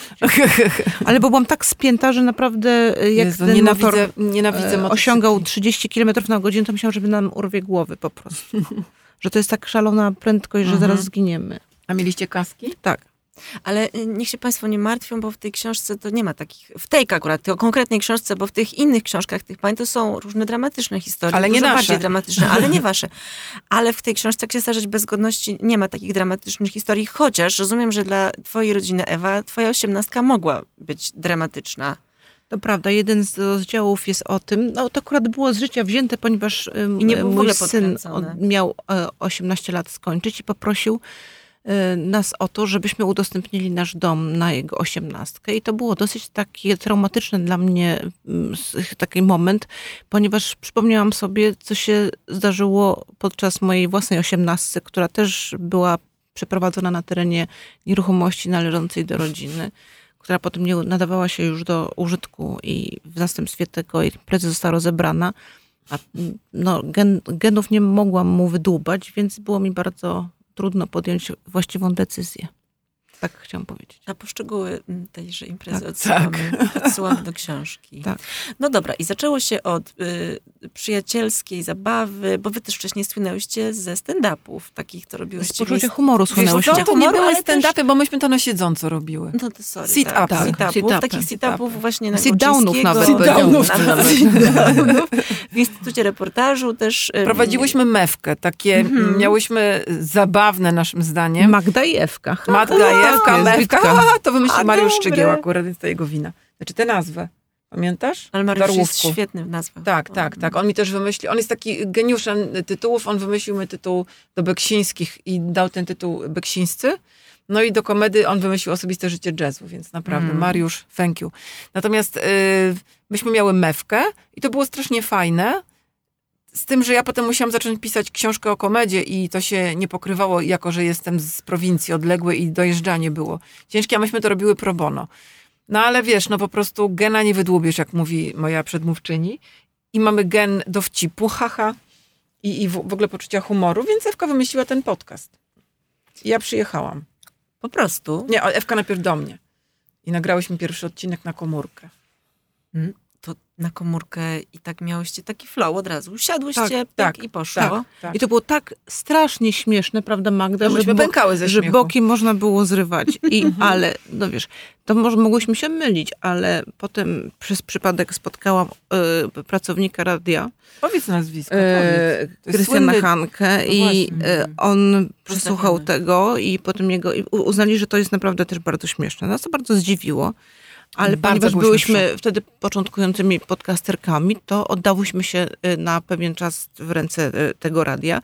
[SPEAKER 4] Ale bo byłam tak spięta, że naprawdę e, jak
[SPEAKER 3] Jezu,
[SPEAKER 4] ten motor
[SPEAKER 3] nienawidzę, nienawidzę
[SPEAKER 4] e,
[SPEAKER 3] motocykli.
[SPEAKER 4] osiągał 30 km na godzinę, to myślałam, żeby nam urwie głowy po prostu. że to jest tak szalona prędkość, że
[SPEAKER 3] Mhm.
[SPEAKER 4] zaraz zginiemy.
[SPEAKER 3] A mieliście kaski?
[SPEAKER 4] Tak.
[SPEAKER 2] Ale y, niech się Państwo nie martwią, bo w tej książce to nie ma takich, w tej akurat, tej konkretnej książce, bo w tych innych książkach tych pań to są różne dramatyczne historie.
[SPEAKER 3] Ale nie
[SPEAKER 2] dużo
[SPEAKER 3] nasze.
[SPEAKER 2] bardziej dramatyczne, ale nie wasze. Ale w tej książce Jak się starzeć bez godności nie ma takich dramatycznych historii, chociaż rozumiem, że dla twojej rodziny Ewa, twoja osiemnastka mogła być dramatyczna.
[SPEAKER 4] To prawda, jeden z rozdziałów jest o tym, no to akurat było z życia wzięte, ponieważ em,
[SPEAKER 2] I nie było w
[SPEAKER 4] mój
[SPEAKER 2] ogóle
[SPEAKER 4] syn
[SPEAKER 2] podkręcone.
[SPEAKER 4] od- miał e, 18 lat skończyć i poprosił e, nas o to, żebyśmy udostępnili nasz dom na jego osiemnastkę. I to było dosyć taki traumatyczny dla mnie mm, s- taki moment, ponieważ przypomniałam sobie, co się zdarzyło podczas mojej własnej osiemnastce, która też była przeprowadzona na terenie nieruchomości należącej do rodziny, która potem nie nadawała się już do użytku i w następstwie tego jej plecy została rozebrana. A mm, no, gen, genów nie mogłam mu wydłubać, więc było mi bardzo trudno podjąć właściwą decyzję. Tak chciałam powiedzieć.
[SPEAKER 2] A poszczegóły mm, tejże imprezy
[SPEAKER 4] Tak.
[SPEAKER 2] odsyłamy, odsyłam do książki.
[SPEAKER 4] Tak.
[SPEAKER 2] No dobra, i zaczęło się od y, przyjacielskiej zabawy, bo wy też wcześniej słynęłyście ze stand-upów, takich, co
[SPEAKER 4] Z
[SPEAKER 2] robiłyście.
[SPEAKER 4] poczucia
[SPEAKER 2] miejsc-
[SPEAKER 4] humoru słynęło się.
[SPEAKER 2] co?
[SPEAKER 3] to nie
[SPEAKER 2] humoru,
[SPEAKER 3] były
[SPEAKER 2] ale też-
[SPEAKER 3] stand-upy, bo myśmy to na siedząco robiły.
[SPEAKER 2] No to sorry.
[SPEAKER 3] Sit-upy.
[SPEAKER 2] tak,
[SPEAKER 3] Tak,
[SPEAKER 2] sit-upy.
[SPEAKER 4] sit-upy.
[SPEAKER 2] Takich sit-upów właśnie na Kołczyńskiego.
[SPEAKER 4] Sit-downów nawet
[SPEAKER 3] Sit-downów
[SPEAKER 2] Sit-downów
[SPEAKER 3] nawet.
[SPEAKER 2] Sit-downów. W Instytucie Reportażu też... y,
[SPEAKER 3] Prowadziłyśmy mewkę, takie
[SPEAKER 2] Mhm.
[SPEAKER 3] miałyśmy zabawne naszym zdaniem.
[SPEAKER 4] Magda i Ewka. Ha,
[SPEAKER 3] Matka,
[SPEAKER 4] ha,
[SPEAKER 3] Jewka,
[SPEAKER 4] jest
[SPEAKER 3] mewka,
[SPEAKER 4] Witka.
[SPEAKER 3] ha, to wymyślił
[SPEAKER 2] No, tak. A,
[SPEAKER 3] Mariusz
[SPEAKER 2] dobre.
[SPEAKER 3] Szczygieł akurat, więc to jego wina. Znaczy tę nazwę, pamiętasz?
[SPEAKER 2] Ale Mariusz jest No,
[SPEAKER 3] Darłówku.
[SPEAKER 2] świetny w nazwach.
[SPEAKER 3] Tak, tak, tak. On mi też wymyślił. On jest taki geniuszem tytułów. On wymyślił mi tytuł do Beksińskich i dał ten tytuł Beksińscy. No i do komedy on wymyślił osobiste życie jazzu, więc naprawdę
[SPEAKER 2] Mm.
[SPEAKER 3] Mariusz, thank you. Natomiast y, myśmy miały mewkę i to było strasznie fajne. Z tym, że ja potem musiałam zacząć pisać książkę o komedzie i to się nie pokrywało, jako że jestem z prowincji odległej i dojeżdżanie było ciężkie, a myśmy to robiły pro bono. No ale wiesz, no po prostu gena nie wydłubiesz, jak mówi moja przedmówczyni. I mamy gen dowcipu, haha, i, i w, w ogóle poczucia humoru, więc Ewka wymyśliła ten podcast. I ja przyjechałam.
[SPEAKER 2] Po prostu.
[SPEAKER 3] Nie, ale Ewka najpierw do mnie. I nagrałyśmy pierwszy odcinek na komórkę.
[SPEAKER 2] to na komórkę i tak miałyście taki flow od razu. Usiadłyście
[SPEAKER 3] Tak,
[SPEAKER 2] tak,
[SPEAKER 3] tak,
[SPEAKER 2] i poszło.
[SPEAKER 3] Tak, tak.
[SPEAKER 4] I to było tak strasznie śmieszne, prawda Magda,
[SPEAKER 3] No,
[SPEAKER 4] że,
[SPEAKER 3] myśmy
[SPEAKER 4] bo,
[SPEAKER 3] pękały ze
[SPEAKER 4] że
[SPEAKER 3] śmiechu. Mhm.
[SPEAKER 4] boki można było zrywać. I, ale, no wiesz, to może mogłyśmy się mylić, ale potem przez przypadek spotkałam y, pracownika radia,
[SPEAKER 3] Powiedz nazwisko, powiedz.
[SPEAKER 4] e,
[SPEAKER 3] To jest
[SPEAKER 4] Krystiana
[SPEAKER 3] słynny- No
[SPEAKER 4] Hankę i
[SPEAKER 3] właśnie.
[SPEAKER 4] e, on przesłuchał
[SPEAKER 2] Pozdrawiamy.
[SPEAKER 4] tego i potem jego i u- uznali, że to jest naprawdę też bardzo śmieszne. Nas to bardzo zdziwiło. Ale
[SPEAKER 3] Bardzo
[SPEAKER 4] ponieważ
[SPEAKER 3] byłyśmy w
[SPEAKER 4] byłyśmy wtedy początkującymi podcasterkami, to oddałyśmy się e, na pewien czas w ręce e, tego radia,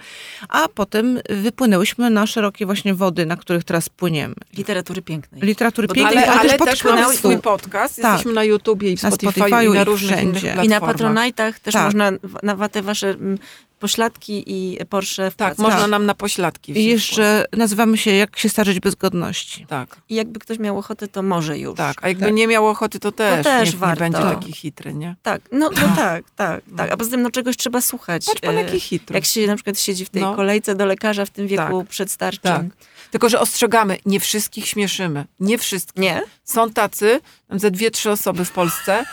[SPEAKER 4] a potem wypłynęłyśmy na szerokie właśnie wody, na których teraz płyniemy.
[SPEAKER 2] Literatury pięknej.
[SPEAKER 4] Literatury
[SPEAKER 2] Bo-
[SPEAKER 4] pięknej,
[SPEAKER 3] ale,
[SPEAKER 4] ale,
[SPEAKER 3] ale
[SPEAKER 4] też
[SPEAKER 3] też mamy
[SPEAKER 4] podcastu.
[SPEAKER 3] swój podcast.
[SPEAKER 4] Tak.
[SPEAKER 3] Jesteśmy na YouTubie i w
[SPEAKER 4] Na
[SPEAKER 3] Spotify, i
[SPEAKER 4] Spotify'u
[SPEAKER 3] na
[SPEAKER 4] i
[SPEAKER 3] różnych innych
[SPEAKER 4] wszędzie. I
[SPEAKER 3] platformach.
[SPEAKER 4] na
[SPEAKER 2] I na patronajtach też
[SPEAKER 4] Tak.
[SPEAKER 2] można w- na wa- te wasze mm, pośladki i Porsche
[SPEAKER 3] Tak,
[SPEAKER 2] wpłacać.
[SPEAKER 3] można
[SPEAKER 4] Tak.
[SPEAKER 3] nam na pośladki.
[SPEAKER 4] I
[SPEAKER 3] wziąć.
[SPEAKER 4] jeszcze nazywamy się Jak się starzeć bez godności.
[SPEAKER 3] Tak,
[SPEAKER 2] I jakby ktoś miał ochotę, to może już.
[SPEAKER 3] tak. A jakby nie miał ochoty, to też,
[SPEAKER 2] też
[SPEAKER 3] nie, nie
[SPEAKER 2] warto.
[SPEAKER 3] będzie taki hitry, nie?
[SPEAKER 2] Tak, no, no tak, tak, tak. A poza tym no, czegoś trzeba słuchać.
[SPEAKER 3] Patrz pan
[SPEAKER 2] E,
[SPEAKER 3] jaki hitry.
[SPEAKER 2] Jak się na przykład siedzi w tej
[SPEAKER 3] No.
[SPEAKER 2] kolejce do lekarza w tym wieku przedstarczym.
[SPEAKER 3] Tak. Tylko, że ostrzegamy, nie wszystkich śmieszymy. Nie wszystkich.
[SPEAKER 2] Nie?
[SPEAKER 3] Są tacy, tam ze dwie, trzy osoby w Polsce,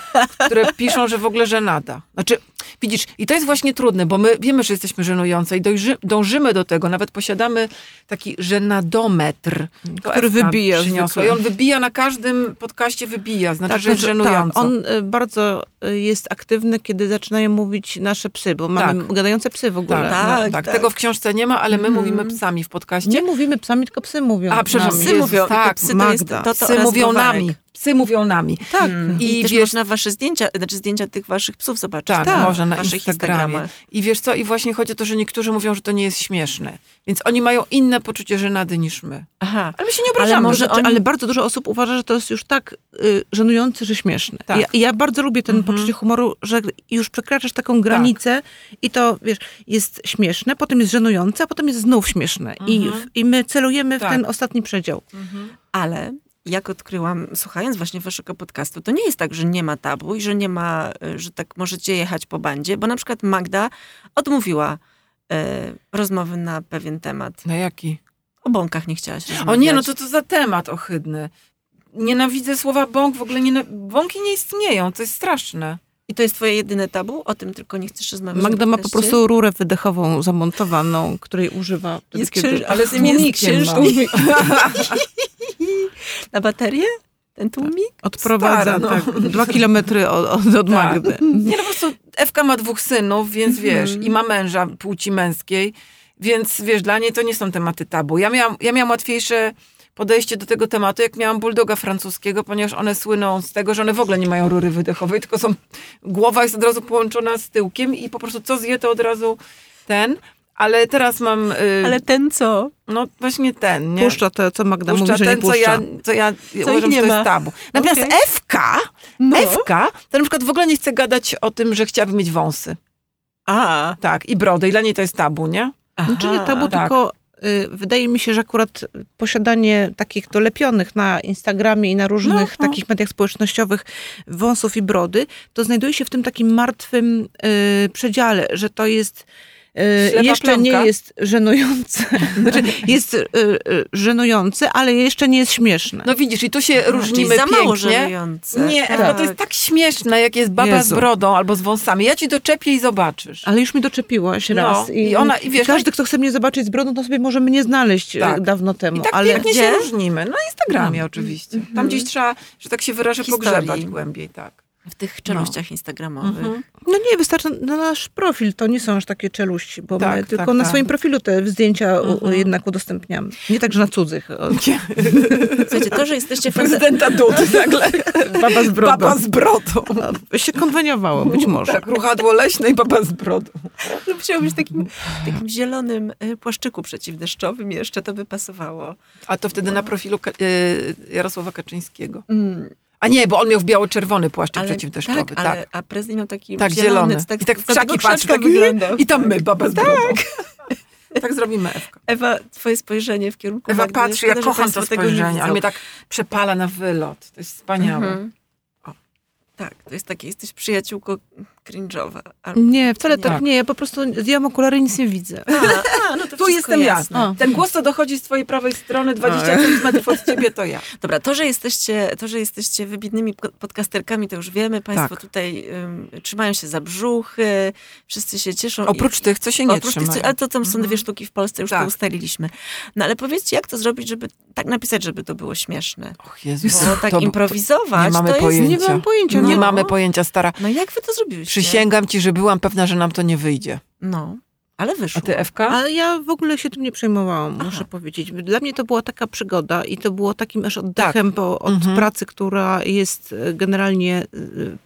[SPEAKER 3] które piszą, że w ogóle żenada. Znaczy, widzisz, i to jest właśnie trudne, bo my wiemy, że jesteśmy żenujące i dojrzy, dążymy do tego. Nawet posiadamy taki żenadometr, to
[SPEAKER 4] Który
[SPEAKER 3] Ewka
[SPEAKER 4] wybija
[SPEAKER 3] Przyniosła.
[SPEAKER 4] zwykle.
[SPEAKER 3] I on wybija na każdym podcaście, wybija. Znaczy,
[SPEAKER 4] Tak,
[SPEAKER 3] że jest
[SPEAKER 4] znaczy,
[SPEAKER 3] żenująco.
[SPEAKER 4] Tak, on y, bardzo y, jest aktywny, kiedy zaczynają mówić nasze psy, bo mamy gadające psy w ogóle. No,
[SPEAKER 3] tak, tak,
[SPEAKER 2] tak.
[SPEAKER 3] Tego w książce nie ma, ale my mówimy psami w podcaście.
[SPEAKER 4] Nie mówimy psami, tylko Tak. psy mówią.
[SPEAKER 3] A, przepraszam,
[SPEAKER 4] nami.
[SPEAKER 2] Psy
[SPEAKER 3] Jezus,
[SPEAKER 2] mówią,
[SPEAKER 3] tak,
[SPEAKER 2] tak, psy to jest
[SPEAKER 4] Magda.
[SPEAKER 2] to, to
[SPEAKER 3] Psy
[SPEAKER 2] oraz
[SPEAKER 3] mówią
[SPEAKER 2] gowalek.
[SPEAKER 3] nami. Psy mówią nami.
[SPEAKER 4] Tak.
[SPEAKER 2] I,
[SPEAKER 3] I
[SPEAKER 2] też
[SPEAKER 3] wiesz-
[SPEAKER 2] można wasze zdjęcia, znaczy zdjęcia tych waszych psów zobaczyć.
[SPEAKER 3] Tak, może na
[SPEAKER 2] waszych
[SPEAKER 3] Instagramie. I wiesz co, i właśnie chodzi o to, że niektórzy mówią, że to nie jest śmieszne. Więc oni mają inne poczucie żenady niż my.
[SPEAKER 2] Aha.
[SPEAKER 3] Ale my się nie
[SPEAKER 2] Ale
[SPEAKER 3] obrażamy.
[SPEAKER 2] może
[SPEAKER 4] Znaczy,
[SPEAKER 2] oni-
[SPEAKER 4] Ale bardzo dużo osób uważa, że to jest już tak y, żenujące, że śmieszne.
[SPEAKER 3] Tak.
[SPEAKER 4] Ja, ja bardzo lubię ten poczucie humoru, że już przekraczasz taką granicę i to, wiesz, jest śmieszne, potem jest żenujące, a potem jest znów śmieszne. I,
[SPEAKER 3] Mhm.
[SPEAKER 4] I my celujemy
[SPEAKER 3] Tak.
[SPEAKER 4] w ten ostatni przedział.
[SPEAKER 2] Mhm. Ale jak odkryłam, słuchając właśnie waszego podcastu, to nie jest tak, że nie ma tabu i że nie ma, y, że tak możecie jechać po bandzie, bo na przykład Magda odmówiła y, rozmowy na pewien temat.
[SPEAKER 3] Na jaki?
[SPEAKER 2] O bąkach nie chciałaś rozmawiać.
[SPEAKER 3] O nie, no co to za temat ohydny. Nienawidzę słowa bąk, w ogóle nie, bąki nie istnieją, to jest straszne.
[SPEAKER 2] I to jest twoje jedyne tabu? O tym tylko nie chcesz rozmawiać?
[SPEAKER 4] Magda
[SPEAKER 2] na
[SPEAKER 4] ma po
[SPEAKER 2] podcaście?
[SPEAKER 4] prostu rurę wydechową zamontowaną, której używa. wtedy,
[SPEAKER 2] Jest
[SPEAKER 4] kiedy-
[SPEAKER 2] księż... Ale z nim jest
[SPEAKER 3] Tłumikiem
[SPEAKER 2] księżnik. Na baterię?
[SPEAKER 3] Tak.
[SPEAKER 2] Ten tłumik?
[SPEAKER 4] Odprowadza
[SPEAKER 3] Stara, no. Tak.
[SPEAKER 4] tak, dwa kilometry od, od, od Magdy.
[SPEAKER 3] Nie, no po prostu Ewka ma dwóch synów, więc wiesz, i ma męża płci męskiej, więc wiesz, dla niej to nie są tematy tabu. Ja miałam, ja miałam łatwiejsze podejście do tego tematu, jak miałam bulldoga francuskiego, ponieważ one słyną z tego, że one w ogóle nie mają rury wydechowej, tylko są, głowa jest od razu połączona z tyłkiem i po prostu co zje, to od razu ten. Ale teraz mam, y,
[SPEAKER 2] Ale ten co?
[SPEAKER 3] no właśnie ten, nie?
[SPEAKER 4] Puszcza to, co Magda
[SPEAKER 3] puszcza
[SPEAKER 4] mówi, że nie
[SPEAKER 3] ten, co
[SPEAKER 4] puszcza.
[SPEAKER 3] ja, co ja uważam,
[SPEAKER 2] nie
[SPEAKER 3] że to
[SPEAKER 2] ma.
[SPEAKER 3] jest tabu. Natomiast
[SPEAKER 2] Okej.
[SPEAKER 3] Ewka, Ewka, to na przykład w ogóle nie chce gadać o tym, że chciałaby mieć wąsy.
[SPEAKER 2] A.
[SPEAKER 3] Tak, i brodę. I dla niej to jest tabu, nie?
[SPEAKER 2] Aha.
[SPEAKER 4] No, Czyli tabu
[SPEAKER 3] tak.
[SPEAKER 4] tylko y, wydaje mi się, że akurat posiadanie takich dolepionych na Instagramie i na różnych
[SPEAKER 3] No, no.
[SPEAKER 4] takich mediach społecznościowych wąsów i brody, to znajduje się w tym takim martwym y, przedziale, że to jest y,
[SPEAKER 3] Ślepa
[SPEAKER 4] jeszcze
[SPEAKER 3] plamka.
[SPEAKER 4] nie jest żenujące. znaczy, jest y, y, żenujące, ale jeszcze nie jest śmieszne.
[SPEAKER 3] No widzisz, i tu się
[SPEAKER 2] Czyli
[SPEAKER 3] różnimy
[SPEAKER 2] za mało
[SPEAKER 3] pięknie.
[SPEAKER 2] żenujące.
[SPEAKER 3] Nie,
[SPEAKER 2] tak.
[SPEAKER 3] bo to jest tak śmieszne, jak jest baba z
[SPEAKER 4] Jezu.
[SPEAKER 3] brodą albo z wąsami. Ja ci doczepię i zobaczysz.
[SPEAKER 4] Ale już mi doczepiłaś
[SPEAKER 3] No,
[SPEAKER 4] raz.
[SPEAKER 3] i ona- i wiesz,
[SPEAKER 4] każdy, kto chce mnie zobaczyć z brodą, to sobie może mnie znaleźć e,
[SPEAKER 3] Tak.
[SPEAKER 4] dawno temu.
[SPEAKER 3] I tak
[SPEAKER 4] ale
[SPEAKER 3] pięknie
[SPEAKER 2] Gdzie?
[SPEAKER 3] się różnimy. No, Na Instagramie oczywiście. Tam gdzieś trzeba, że tak się wyrażę,
[SPEAKER 2] Historii.
[SPEAKER 3] pogrzebać głębiej, tak. Mhm.
[SPEAKER 2] W tych czeluściach instagramowych.
[SPEAKER 4] No nie, wystarczy na nasz profil. To nie są aż takie czeluści, bo
[SPEAKER 3] Tak,
[SPEAKER 4] my
[SPEAKER 3] tak,
[SPEAKER 4] tylko
[SPEAKER 3] tak.
[SPEAKER 4] na swoim profilu te zdjęcia u- u- jednak udostępniamy. Nie tak, że na cudzych. O,
[SPEAKER 2] Słuchajcie, to, że jesteście fanta-
[SPEAKER 3] Prezydenta Dudy nagle.
[SPEAKER 4] Baba z brodą.
[SPEAKER 3] Baba z brodą.
[SPEAKER 4] O, Się konweniowało być może.
[SPEAKER 3] Tak, ruchadło leśne i baba z brodą.
[SPEAKER 2] to musiało być w takim, takim
[SPEAKER 3] Mm.
[SPEAKER 2] zielonym y, płaszczyku przeciwdeszczowym jeszcze, to by pasowało.
[SPEAKER 3] A to wtedy na profilu Ka- y, Jarosława Kaczyńskiego. A nie, bo on miał w biało-czerwony płaszczyk Mm, przeciwdeszczowy.
[SPEAKER 2] tak, ale, a prezydent miał taki
[SPEAKER 3] Tak,
[SPEAKER 2] zielony.
[SPEAKER 3] zielony.
[SPEAKER 2] z Tak,
[SPEAKER 3] I tak w
[SPEAKER 2] dlatego
[SPEAKER 3] krzaki patrzy,
[SPEAKER 2] krzaczka
[SPEAKER 3] tak,
[SPEAKER 2] wyglądał.
[SPEAKER 3] I tam my, baba z tak. tak zrobimy Ewka.
[SPEAKER 2] Ewa, twoje spojrzenie w kierunku
[SPEAKER 3] Ewa
[SPEAKER 2] Magdy,
[SPEAKER 3] patrzy, ja
[SPEAKER 2] szkoda, że
[SPEAKER 3] kocham
[SPEAKER 2] państwo
[SPEAKER 3] to
[SPEAKER 2] tego nie
[SPEAKER 3] spojrzenie, ale
[SPEAKER 2] widzą.
[SPEAKER 3] mnie tak przepala na wylot. To jest wspaniałe.
[SPEAKER 2] Tak, Mhm. O, tak, to jest takie, jesteś przyjaciółką cringe'owa. Albo...
[SPEAKER 4] Nie, wcale
[SPEAKER 2] Nie.
[SPEAKER 4] tak, nie. Ja po prostu zdjęłam okulary i nic nie widzę.
[SPEAKER 2] A, a, no to
[SPEAKER 3] Tu
[SPEAKER 2] wszystko
[SPEAKER 3] jestem ja.
[SPEAKER 2] jasne.
[SPEAKER 4] O.
[SPEAKER 3] Ten głos, co dochodzi z twojej prawej strony 20 cm od ciebie, to ja.
[SPEAKER 2] Dobra, to że, jesteście, to, że jesteście wybitnymi po- podcasterkami, to już wiemy. Państwo
[SPEAKER 3] Tak.
[SPEAKER 2] tutaj ym, trzymają się za brzuchy, wszyscy się cieszą. i-
[SPEAKER 3] Oprócz tych, co się nie
[SPEAKER 2] Oprócz tych,
[SPEAKER 3] trzymają.
[SPEAKER 2] co- ale to tam są dwie sztuki w Polsce, już
[SPEAKER 3] Tak.
[SPEAKER 2] to ustaliliśmy. No ale powiedzcie, jak to zrobić, żeby tak napisać, żeby to było śmieszne?
[SPEAKER 3] Och Jezus,
[SPEAKER 2] Bo tak
[SPEAKER 3] to-
[SPEAKER 2] improwizować
[SPEAKER 3] nie mamy
[SPEAKER 2] to jest...
[SPEAKER 3] pojęcia.
[SPEAKER 4] Nie mam pojęcia.
[SPEAKER 2] No.
[SPEAKER 3] Nie
[SPEAKER 4] Nie
[SPEAKER 3] mamy pojęcia, stara.
[SPEAKER 2] No jak wy to zrobiłyście?
[SPEAKER 3] Przysięgam ci, że byłam pewna, że nam to nie wyjdzie.
[SPEAKER 2] No, ale wyszło.
[SPEAKER 3] A ty, Ewka?
[SPEAKER 4] Ale ja w ogóle się tym nie przejmowałam,
[SPEAKER 2] Aha.
[SPEAKER 4] muszę powiedzieć. Dla mnie to była taka przygoda i to było takim aż oddechem bo od
[SPEAKER 3] Mhm.
[SPEAKER 4] pracy, która jest e, generalnie e,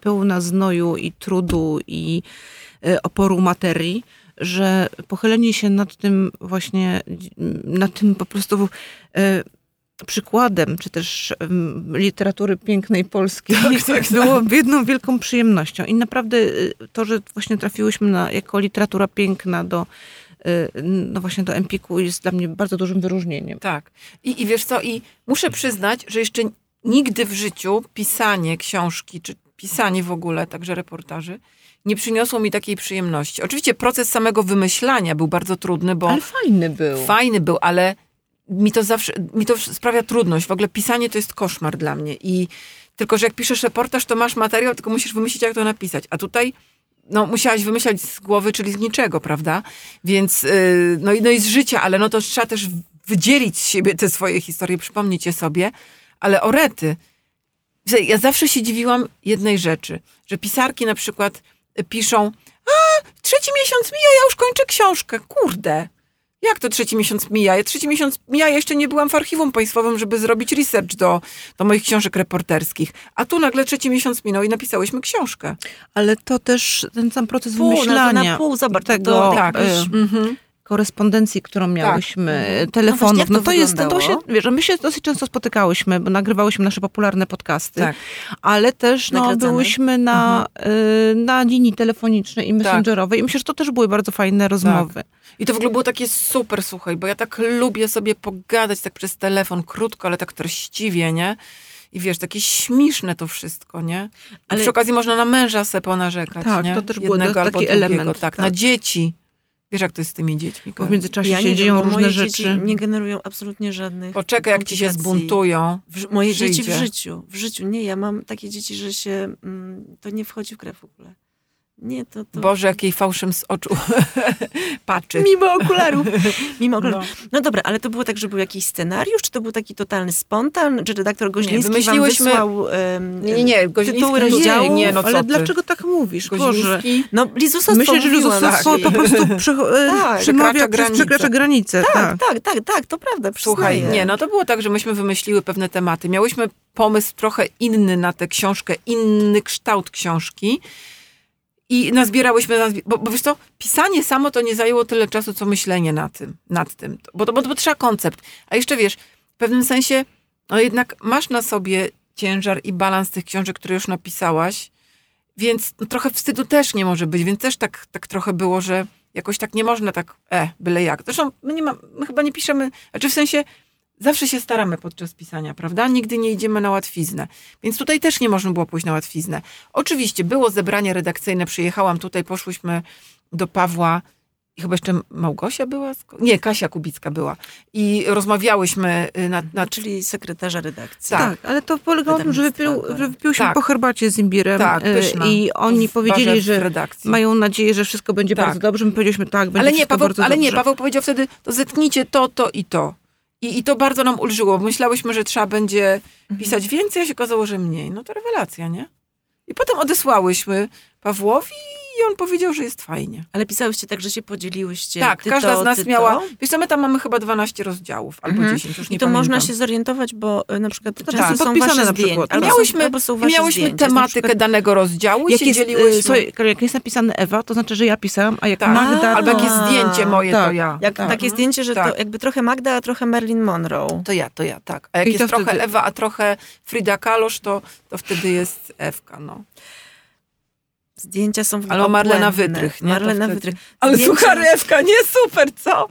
[SPEAKER 4] pełna znoju i trudu i e, oporu materii, że pochylenie się nad tym właśnie, m, nad tym po prostu e, przykładem, czy też em, literatury pięknej polskiej
[SPEAKER 2] Tak,
[SPEAKER 4] było jedną wielką przyjemnością. I naprawdę y, to, że właśnie trafiłyśmy na, jako literatura piękna do y, no właśnie do Empiku jest dla mnie bardzo dużym wyróżnieniem.
[SPEAKER 3] Tak. I, I wiesz co, i muszę przyznać, że jeszcze nigdy w życiu pisanie książki, czy pisanie w ogóle, także reportaży, nie przyniosło mi takiej przyjemności. Oczywiście proces samego wymyślania był bardzo trudny, bo
[SPEAKER 4] Ale fajny był.
[SPEAKER 3] fajny był, ale mi to zawsze, mi to sprawia trudność. W ogóle pisanie to jest koszmar dla mnie i tylko, że jak piszesz reportaż, to masz materiał, tylko musisz wymyślić, jak to napisać. A tutaj no, musiałaś wymyślać z głowy, czyli z niczego, prawda? Więc, yy, no, i, no i z życia, ale no to trzeba też wydzielić z siebie te swoje historie, przypomnieć je sobie. Ale orety, Słuchaj, ja zawsze się dziwiłam jednej rzeczy, że pisarki na przykład piszą, a trzeci miesiąc mija, ja już kończę książkę, kurde. Jak to trzeci miesiąc mija? Ja Trzeci miesiąc mija, ja jeszcze nie byłam w archiwum państwowym, żeby zrobić research do, do moich książek reporterskich. A tu nagle trzeci miesiąc minął i napisałyśmy książkę.
[SPEAKER 4] Ale to też ten sam proces
[SPEAKER 2] Pół, no to
[SPEAKER 4] wymyślania.
[SPEAKER 2] na pół, zobacz, to
[SPEAKER 4] tego,
[SPEAKER 2] tak,
[SPEAKER 4] y,
[SPEAKER 2] już-
[SPEAKER 3] Mhm.
[SPEAKER 4] korespondencji, którą miałyśmy,
[SPEAKER 2] Tak. No właśnie,
[SPEAKER 4] telefonów.
[SPEAKER 2] jak to
[SPEAKER 4] No, to jest, to, to się,
[SPEAKER 2] wyglądało?
[SPEAKER 4] wiesz, my się dosyć często spotykałyśmy, bo nagrywałyśmy nasze popularne podcasty,
[SPEAKER 3] Tak.
[SPEAKER 4] ale też no,
[SPEAKER 2] Nagradzane. Mhm.
[SPEAKER 4] byłyśmy na, y, na linii telefonicznej
[SPEAKER 2] Tak.
[SPEAKER 4] i messengerowej i myślę, że to też były bardzo fajne rozmowy.
[SPEAKER 3] I to w ogóle było takie super, słuchaj, bo ja tak lubię sobie pogadać tak przez telefon, krótko, ale tak treściwie, nie? I wiesz, takie śmieszne to wszystko, nie? Ale...
[SPEAKER 2] Ale-
[SPEAKER 3] Przy okazji można na męża se ponarzekać,
[SPEAKER 4] Tak,
[SPEAKER 3] nie?
[SPEAKER 4] to też było taki
[SPEAKER 3] albo
[SPEAKER 4] element,
[SPEAKER 3] drugiego, Tak, na
[SPEAKER 4] tak.
[SPEAKER 3] dzieci. Wiesz, jak to jest z tymi dziećmi?
[SPEAKER 4] Bo w
[SPEAKER 3] Karol?
[SPEAKER 4] międzyczasie
[SPEAKER 2] Ja
[SPEAKER 4] się
[SPEAKER 2] nie
[SPEAKER 4] dzieją
[SPEAKER 2] wiem, bo
[SPEAKER 4] różne
[SPEAKER 2] moje
[SPEAKER 4] rzeczy.
[SPEAKER 2] Dzieci nie generują absolutnie żadnych.
[SPEAKER 3] Poczekaj, jak ci się
[SPEAKER 2] komplikacji.
[SPEAKER 3] zbuntują.
[SPEAKER 2] W, moje dzieci
[SPEAKER 3] przyjdzie.
[SPEAKER 2] w życiu, w życiu. Nie, ja mam takie dzieci, że się. Mm, to nie wchodzi w grę w ogóle. Nie, to. to...
[SPEAKER 3] Boże, jakiej fałszem z oczu patrzy.
[SPEAKER 2] Mimo okularów. Mimo okularów.
[SPEAKER 3] No.
[SPEAKER 2] No. dobra, ale to było tak, że był jakiś scenariusz, czy to był taki totalny spontan, czy redaktor Goźliński
[SPEAKER 3] wymyśliłyśmy-
[SPEAKER 2] wam wysłał... em,
[SPEAKER 3] Nie, nie, nie, Goźliński
[SPEAKER 2] Tytuły
[SPEAKER 3] nie,
[SPEAKER 2] rozdziałów,
[SPEAKER 3] nie, no co
[SPEAKER 4] ale
[SPEAKER 3] ty.
[SPEAKER 4] dlaczego tak mówisz? Boże.
[SPEAKER 3] Goźliński?
[SPEAKER 2] No, lizusostwo
[SPEAKER 4] Myślę, że
[SPEAKER 2] mówiłam,
[SPEAKER 4] luzusostwo
[SPEAKER 2] tak.
[SPEAKER 4] po prostu przy,
[SPEAKER 2] Tak,
[SPEAKER 4] tak, przemawia,
[SPEAKER 3] przekracza
[SPEAKER 4] przez- przekracza granicę.
[SPEAKER 2] Tak, tak, tak, tak, to prawda,
[SPEAKER 3] Słuchaj,
[SPEAKER 2] przyznaję.
[SPEAKER 3] nie, no to było tak, że myśmy wymyśliły pewne tematy. Miałyśmy pomysł trochę inny na tę książkę, inny kształt książki. I nazbierałyśmy, nazbi- bo, bo wiesz co, pisanie samo to nie zajęło tyle czasu, co myślenie nad tym, nad tym. Bo, to- bo, bo trzeba koncept. A jeszcze wiesz, w pewnym sensie, no jednak masz na sobie ciężar i balans tych książek, które już napisałaś, więc no, trochę wstydu też nie może być, więc też tak, tak trochę było, że jakoś tak nie można tak, e, byle jak. Zresztą my, nie ma, my chyba nie piszemy, znaczy w sensie zawsze się staramy podczas pisania, prawda? Nigdy nie idziemy na łatwiznę. Więc tutaj też nie można było pójść na łatwiznę. Oczywiście było zebranie redakcyjne, przyjechałam tutaj, poszłyśmy do Pawła i chyba jeszcze Małgosia była? Sko- Nie, Kasia Kubicka była. I rozmawiałyśmy y, na, na
[SPEAKER 2] Czyli sekretarza redakcji.
[SPEAKER 3] Tak.
[SPEAKER 4] Tak, ale to polegało na tym, że, wypił,
[SPEAKER 2] Wydawnictwa,
[SPEAKER 4] że wypiłyśmy
[SPEAKER 3] tak.
[SPEAKER 4] po herbacie z imbirem
[SPEAKER 3] Tak,
[SPEAKER 4] e,
[SPEAKER 3] pyszna.
[SPEAKER 4] i oni
[SPEAKER 3] w barze
[SPEAKER 4] powiedzieli,
[SPEAKER 3] w
[SPEAKER 4] że
[SPEAKER 3] redakcji.
[SPEAKER 4] mają nadzieję, że wszystko będzie
[SPEAKER 3] Tak.
[SPEAKER 4] bardzo dobrze. My powiedzieliśmy tak, będzie
[SPEAKER 3] ale nie,
[SPEAKER 4] wszystko
[SPEAKER 3] Paweł,
[SPEAKER 4] bardzo
[SPEAKER 3] ale nie,
[SPEAKER 4] dobrze.
[SPEAKER 3] Paweł powiedział wtedy, to zetknijcie to, to i to. I, I to bardzo nam ulżyło. bo Myślałyśmy, że trzeba będzie
[SPEAKER 2] Mhm.
[SPEAKER 3] pisać więcej, a się okazało, że mniej. No to rewelacja, nie? I potem odesłałyśmy Pawłowi i on powiedział, że jest fajnie.
[SPEAKER 2] Ale pisałyście tak, że się podzieliłyście.
[SPEAKER 3] tak,
[SPEAKER 2] ty
[SPEAKER 3] każda
[SPEAKER 2] to,
[SPEAKER 3] z nas
[SPEAKER 2] ty
[SPEAKER 3] miała...
[SPEAKER 2] To.
[SPEAKER 3] Wiesz co, my tam mamy chyba 12 rozdziałów, albo
[SPEAKER 2] Mhm.
[SPEAKER 3] 10, już nie
[SPEAKER 2] I to
[SPEAKER 3] pamiętam.
[SPEAKER 2] można się zorientować, bo y, na przykład
[SPEAKER 4] tak,
[SPEAKER 2] często są
[SPEAKER 4] podpisane
[SPEAKER 2] wasze
[SPEAKER 4] na przykład.
[SPEAKER 2] zdjęcia.
[SPEAKER 4] I
[SPEAKER 2] albo są-
[SPEAKER 3] miałyśmy-
[SPEAKER 2] albo są
[SPEAKER 3] I
[SPEAKER 2] wasze
[SPEAKER 3] Miałyśmy
[SPEAKER 2] zdjęcia. Jest na
[SPEAKER 3] tematykę danego rozdziału
[SPEAKER 4] Jak
[SPEAKER 3] się
[SPEAKER 4] jest,
[SPEAKER 2] y,
[SPEAKER 3] dzieliłyśmy...
[SPEAKER 4] e, sorry, Karol, jak jest napisane Ewa, to znaczy, że ja pisałam, a jak
[SPEAKER 3] tak,
[SPEAKER 4] Magda...
[SPEAKER 3] albo
[SPEAKER 4] to-
[SPEAKER 3] jakieś zdjęcie moje, to
[SPEAKER 4] tak.
[SPEAKER 3] ja.
[SPEAKER 2] Jak,
[SPEAKER 3] tak.
[SPEAKER 2] Takie zdjęcie, że
[SPEAKER 3] Tak.
[SPEAKER 2] to jakby trochę Magda, a trochę Marilyn Monroe.
[SPEAKER 3] To ja, to ja, tak. A jak
[SPEAKER 4] I
[SPEAKER 3] jest
[SPEAKER 4] to
[SPEAKER 3] trochę
[SPEAKER 4] wtedy-
[SPEAKER 3] Ewa, a trochę Frida Kalosz, to, to wtedy jest Ewka, no.
[SPEAKER 2] Zdjęcia są w
[SPEAKER 3] Albo Marlena
[SPEAKER 2] obłędne.
[SPEAKER 3] Wytrych, nie? To
[SPEAKER 2] Marlena
[SPEAKER 3] wtedy-
[SPEAKER 2] Wytrych.
[SPEAKER 3] Ale
[SPEAKER 2] Zdjęcia-
[SPEAKER 3] suchar Ewka, nie super, co?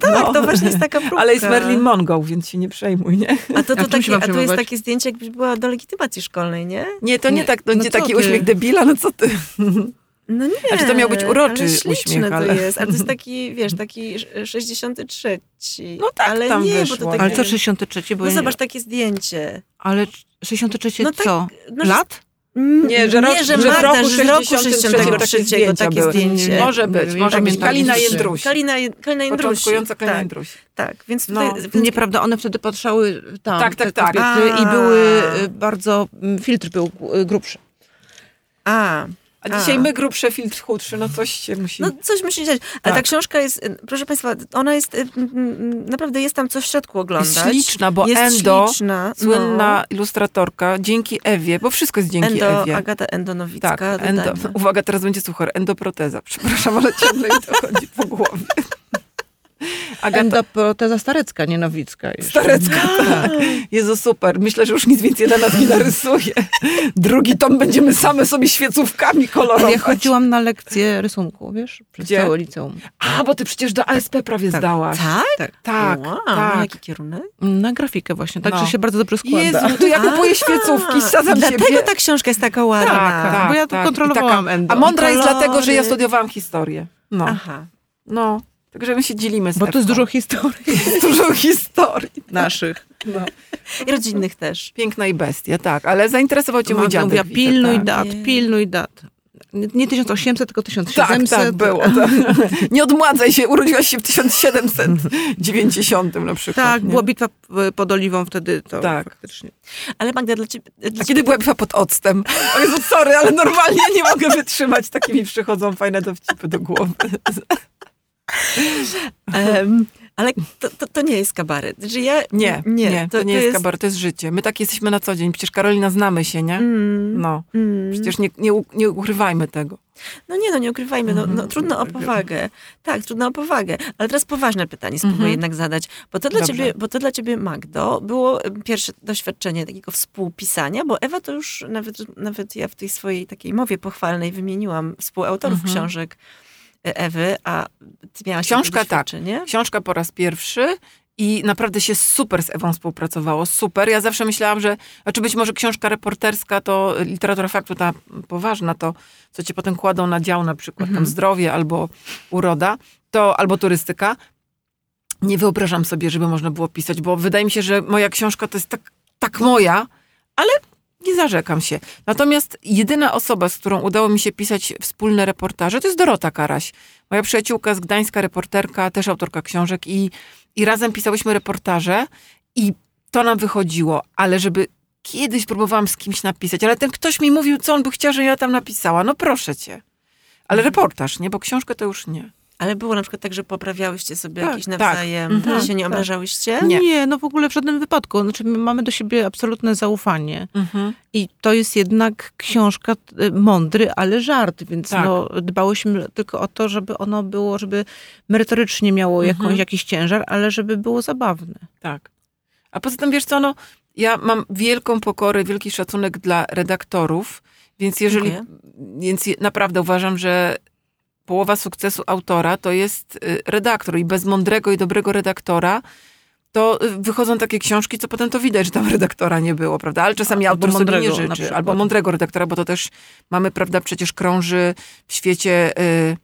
[SPEAKER 2] Tak,
[SPEAKER 3] No.
[SPEAKER 2] to właśnie jest taka próbka.
[SPEAKER 3] Ale jest Merlin Mongo, więc się nie przejmuj, nie?
[SPEAKER 2] A to, to,
[SPEAKER 4] A czym się
[SPEAKER 2] takie,
[SPEAKER 4] mam
[SPEAKER 2] a to jest
[SPEAKER 4] przejmować?
[SPEAKER 2] takie zdjęcie, jakbyś była do legitymacji szkolnej, nie?
[SPEAKER 3] Nie, to nie,
[SPEAKER 4] Nie.
[SPEAKER 3] tak, to
[SPEAKER 4] No
[SPEAKER 3] będzie
[SPEAKER 4] co
[SPEAKER 3] taki
[SPEAKER 4] ty?
[SPEAKER 3] uśmiech debila, no co ty?
[SPEAKER 2] No nie.
[SPEAKER 3] Ale czy to miał być uroczy
[SPEAKER 2] ale śliczne
[SPEAKER 3] uśmiech,
[SPEAKER 2] to
[SPEAKER 3] ale-
[SPEAKER 2] jest, ale to jest taki, wiesz, taki sz- 63.
[SPEAKER 3] No tak
[SPEAKER 2] ale
[SPEAKER 3] tam
[SPEAKER 2] nie,
[SPEAKER 3] wyszło.
[SPEAKER 2] Bo to takie,
[SPEAKER 4] Ale co 63? Bo
[SPEAKER 2] No
[SPEAKER 4] ja nie-
[SPEAKER 2] zobacz, takie zdjęcie.
[SPEAKER 4] Ale 63
[SPEAKER 2] No tak,
[SPEAKER 4] co?
[SPEAKER 2] No, że-
[SPEAKER 4] Lat?
[SPEAKER 2] Mm,
[SPEAKER 3] Nie, że, rok,
[SPEAKER 2] nie, że,
[SPEAKER 3] że w
[SPEAKER 2] Magda,
[SPEAKER 3] roku
[SPEAKER 2] że z roku
[SPEAKER 3] 63 takie
[SPEAKER 2] 63
[SPEAKER 3] zdjęcia
[SPEAKER 2] takie
[SPEAKER 3] były.
[SPEAKER 2] zdjęcie.
[SPEAKER 3] Może być,
[SPEAKER 4] Nie
[SPEAKER 3] może
[SPEAKER 4] wiem,
[SPEAKER 3] być.
[SPEAKER 4] pamiętam.
[SPEAKER 3] Kalina
[SPEAKER 4] Trzy.
[SPEAKER 3] Jędruś.
[SPEAKER 2] Kalina, Kalina Jędruś.
[SPEAKER 3] Początkująca Kalina
[SPEAKER 2] tak,
[SPEAKER 3] Jędruś.
[SPEAKER 2] tak, więc tutaj...
[SPEAKER 3] No,
[SPEAKER 2] więc
[SPEAKER 4] Nieprawda, one wtedy patrzały e, tam,
[SPEAKER 3] Tak, tak,
[SPEAKER 4] te
[SPEAKER 3] tak.
[SPEAKER 4] kobiety,
[SPEAKER 2] A.
[SPEAKER 4] i były y, bardzo, mm, filtr był y, grubszy.
[SPEAKER 2] A,
[SPEAKER 3] A dzisiaj
[SPEAKER 2] A.
[SPEAKER 3] my grubsze, filtr chudszy, no coś się musi...
[SPEAKER 2] no coś musi dziać. Ale ta
[SPEAKER 3] Tak.
[SPEAKER 2] książka jest, y, proszę Państwa, ona jest, y, mm, mm, naprawdę jest tam coś w środku oglądać.
[SPEAKER 3] jest śliczna, bo
[SPEAKER 2] Jest
[SPEAKER 3] Endo,
[SPEAKER 2] śliczna. no.
[SPEAKER 3] słynna ilustratorka, dzięki Ewie, bo wszystko jest
[SPEAKER 2] no.
[SPEAKER 3] dzięki
[SPEAKER 2] Endo,
[SPEAKER 3] Ewie.
[SPEAKER 2] Agata Endonowicka.
[SPEAKER 3] Tak, endo,
[SPEAKER 2] dodajmy.
[SPEAKER 3] uwaga, teraz będzie suchar, endoproteza. Przepraszam, ale ciągle mi to chodzi po głowie. Agata,
[SPEAKER 4] Endoproteza starecka, nie nowicka jeszcze.
[SPEAKER 3] Starecka, tak. Jezu, super. Myślę, że już nic więcej dla nas nie narysuje. Drugi tom będziemy same sobie świecówkami kolorować.
[SPEAKER 4] Ja chodziłam na lekcję rysunku, wiesz? Przez
[SPEAKER 3] Gdzie?
[SPEAKER 4] całe liceum.
[SPEAKER 3] A, bo ty przecież do ASP prawie
[SPEAKER 4] Tak.
[SPEAKER 3] zdałaś.
[SPEAKER 2] Tak?
[SPEAKER 3] Tak,
[SPEAKER 2] wow, no,
[SPEAKER 3] tak.
[SPEAKER 2] jaki kierunek?
[SPEAKER 4] Na grafikę właśnie, także
[SPEAKER 3] No.
[SPEAKER 4] się bardzo dobrze składa.
[SPEAKER 3] Jezu, no to ja kupuję
[SPEAKER 2] A,
[SPEAKER 3] świecówki, sadzam
[SPEAKER 2] Tak. Dlatego
[SPEAKER 3] siebie. Tak,
[SPEAKER 2] ta książka jest taka ładna.
[SPEAKER 4] tak bo ja to
[SPEAKER 3] I
[SPEAKER 4] kontrolowałam
[SPEAKER 3] taka-
[SPEAKER 4] endo.
[SPEAKER 3] A mądra jest
[SPEAKER 2] Kolory.
[SPEAKER 3] dlatego, że ja studiowałam historię. No,
[SPEAKER 2] Aha.
[SPEAKER 3] no. Także my się dzielimy z
[SPEAKER 4] Bo to jest dużo historii
[SPEAKER 3] dużo historii.
[SPEAKER 4] naszych.
[SPEAKER 2] I rodzinnych też.
[SPEAKER 3] Piękna i bestia, tak. Ale zainteresował cię mój
[SPEAKER 4] Magda
[SPEAKER 3] dziadek.
[SPEAKER 4] mówiła,
[SPEAKER 3] widzę,
[SPEAKER 4] No, pilnuj
[SPEAKER 3] tak.
[SPEAKER 4] dat,
[SPEAKER 2] Nie.
[SPEAKER 4] pilnuj dat. Nie- Nie 1800, tylko 1700.
[SPEAKER 3] Tak, tak było. Tak. Nie odmładzaj się, urodziłaś się w 1790 na przykład.
[SPEAKER 4] Tak,
[SPEAKER 3] nie?
[SPEAKER 4] była bitwa p- pod Oliwą wtedy, to
[SPEAKER 3] Tak.
[SPEAKER 4] tak. faktycznie.
[SPEAKER 2] Ale Magda, dla ciebie... Dla
[SPEAKER 3] A kiedy była bitwa pod octem? O Jezu, sorry, ale normalnie nie mogę wytrzymać. Takie mi przychodzą fajne dowcipy do głowy.
[SPEAKER 2] Em, ale to, to, to nie jest kabaret. Że ja,
[SPEAKER 3] Nie, nie, to, nie jest kabaret, to jest życie. My tak jesteśmy na co dzień. Przecież Karolina znamy się, nie?
[SPEAKER 2] Mm,
[SPEAKER 3] No,
[SPEAKER 2] mm.
[SPEAKER 3] przecież nie, nie, u- nie ukrywajmy tego.
[SPEAKER 2] No nie, no nie ukrywajmy, no,
[SPEAKER 3] Mhm.
[SPEAKER 2] no trudno o powagę. Tak, trudno o powagę. Ale teraz poważne pytanie spróbuję
[SPEAKER 3] Mhm.
[SPEAKER 2] jednak zadać, bo to, dla
[SPEAKER 3] Dobrze.
[SPEAKER 2] ciebie, bo to dla ciebie, Magdo, było em, pierwsze doświadczenie takiego współpisania, bo Ewa to już nawet, nawet ja w tej swojej takiej mowie pochwalnej wymieniłam współautorów
[SPEAKER 3] Mhm.
[SPEAKER 2] książek e, Ewy, a ty miałaś
[SPEAKER 3] Książka,
[SPEAKER 2] takie
[SPEAKER 3] tak.
[SPEAKER 2] doświadczenie?
[SPEAKER 3] Książka po raz pierwszy i naprawdę się super z Ewą współpracowało, super. Ja zawsze myślałam, że, znaczy być może książka reporterska to literatura faktu, ta poważna, to co cię potem kładą na dział na przykład, tam zdrowie albo uroda, to albo turystyka. Nie wyobrażam sobie, żeby można było pisać, bo wydaje mi się, że moja książka to jest tak, tak moja, ale nie zarzekam się. Natomiast jedyna osoba, z którą udało mi się pisać wspólne reportaże, to jest Dorota Karaś. Moja przyjaciółka z Gdańska, reporterka, też autorka książek i, i razem pisałyśmy reportaże i to nam wychodziło, ale żeby kiedyś próbowałam z kimś napisać, ale ten ktoś mi mówił, co on by chciał, że ja tam napisała. No proszę cię. Ale reportaż, nie? Bo książkę to już nie.
[SPEAKER 2] Ale było na przykład tak, że poprawiałyście sobie
[SPEAKER 3] Tak,
[SPEAKER 2] jakieś
[SPEAKER 3] tak.
[SPEAKER 2] nawzajem,
[SPEAKER 3] Mhm.
[SPEAKER 2] się nie
[SPEAKER 3] Tak.
[SPEAKER 2] obrażałyście?
[SPEAKER 3] Nie.
[SPEAKER 4] Nie. no w ogóle w żadnym wypadku. Znaczy, my mamy do siebie absolutne zaufanie. I to jest jednak książka y, mądry, ale żart, więc
[SPEAKER 3] Tak.
[SPEAKER 4] no, dbałyśmy tylko o to, żeby ono było, żeby merytorycznie miało
[SPEAKER 3] Mhm.
[SPEAKER 4] jakąś, jakiś ciężar, ale żeby było zabawne.
[SPEAKER 3] Tak. A poza tym, wiesz co, no, ja mam wielką pokorę, wielki szacunek dla redaktorów, więc jeżeli,
[SPEAKER 2] Dziękuję.
[SPEAKER 3] więc je- naprawdę uważam, że połowa sukcesu autora to jest y, redaktor i bez mądrego i dobrego redaktora to y, wychodzą takie książki, co potem to widać, że tam redaktora nie było, prawda? Ale czasami
[SPEAKER 4] Albo
[SPEAKER 3] autor sobie nie
[SPEAKER 4] mądrego na
[SPEAKER 3] życzy.
[SPEAKER 4] przykład.
[SPEAKER 3] Albo mądrego redaktora, bo to też mamy, prawda, przecież krąży w świecie y,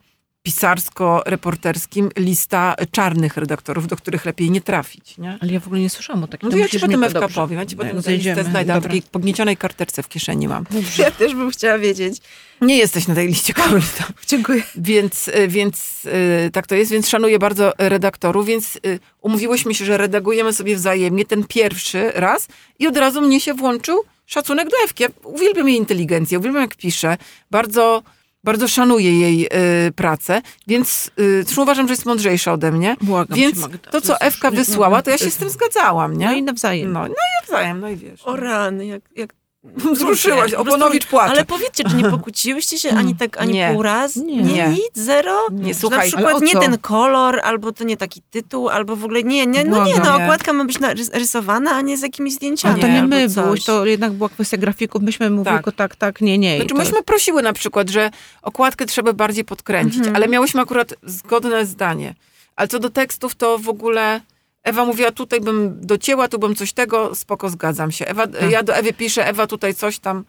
[SPEAKER 3] pisarsko-reporterskim lista czarnych redaktorów, do których lepiej nie trafić, nie?
[SPEAKER 4] Ale ja w ogóle nie słyszałam o takim.
[SPEAKER 3] No to ja ci potem Ewka powiem,
[SPEAKER 4] No,
[SPEAKER 3] ja ci potem tę listę znajdę. W
[SPEAKER 4] Dobra.
[SPEAKER 3] takiej pogniecionej karteczce w kieszeni mam.
[SPEAKER 2] Ja też bym chciała wiedzieć.
[SPEAKER 3] Nie jesteś na tej liście, Karolina.
[SPEAKER 5] Dziękuję.
[SPEAKER 3] Więc, y, więc y, tak to jest, więc szanuję bardzo redaktorów, więc y, umówiłyśmy się, że redagujemy sobie wzajemnie ten pierwszy raz i od razu mnie się włączył szacunek do Ewki. Ja uwielbiam jej inteligencję, uwielbiam jak pisze, bardzo, bardzo szanuję jej y, pracę, więc y, zresztą uważam, że jest mądrzejsza ode mnie.
[SPEAKER 4] Błagam cię,
[SPEAKER 3] więc
[SPEAKER 4] Magda,
[SPEAKER 3] to, co
[SPEAKER 4] jest
[SPEAKER 3] Ewka
[SPEAKER 4] już nie-
[SPEAKER 3] wysłała, to ja się z tym zgadzałam, nie?
[SPEAKER 4] No i nawzajem.
[SPEAKER 3] no, no i nawzajem, no i wiesz.
[SPEAKER 2] O rany, jak... jak
[SPEAKER 3] Wzruszyłaś,
[SPEAKER 2] Trudne,
[SPEAKER 3] Oponowicz
[SPEAKER 2] po prostu-
[SPEAKER 3] płacze.
[SPEAKER 2] Ale powiedzcie, czy nie pokłóciłyście się ani tak, ani
[SPEAKER 3] Nie.
[SPEAKER 2] pół raz?
[SPEAKER 4] Nie.
[SPEAKER 2] nie
[SPEAKER 3] Nie.
[SPEAKER 2] nic? Zero?
[SPEAKER 3] Nie,
[SPEAKER 2] Że
[SPEAKER 3] słuchaj,
[SPEAKER 2] na
[SPEAKER 3] ale o
[SPEAKER 2] przykład nie
[SPEAKER 3] co?
[SPEAKER 2] ten kolor, albo to nie taki tytuł, albo w ogóle nie, nie, no nie,
[SPEAKER 3] Błagam,
[SPEAKER 2] no
[SPEAKER 3] nie.
[SPEAKER 2] okładka ma być narys- rysowana, a nie z jakimiś
[SPEAKER 4] A
[SPEAKER 2] zdjęciami.
[SPEAKER 4] to nie
[SPEAKER 2] albo
[SPEAKER 4] my,
[SPEAKER 2] coś.
[SPEAKER 4] było, to jednak była kwestia grafików, myśmy mówili
[SPEAKER 3] no Tak.
[SPEAKER 4] tylko tak, tak, nie, nie. i
[SPEAKER 3] Znaczy,
[SPEAKER 4] to-
[SPEAKER 3] myśmy prosiły na przykład, że okładkę trzeba bardziej podkręcić,
[SPEAKER 2] Mhm.
[SPEAKER 3] ale miałyśmy akurat zgodne zdanie. Ale co do tekstów, to w ogóle Ewa mówiła, tutaj bym docięła, tu bym coś tego, spoko, zgadzam się. Ewa, Ja do Ewy piszę, Ewa tutaj coś tam.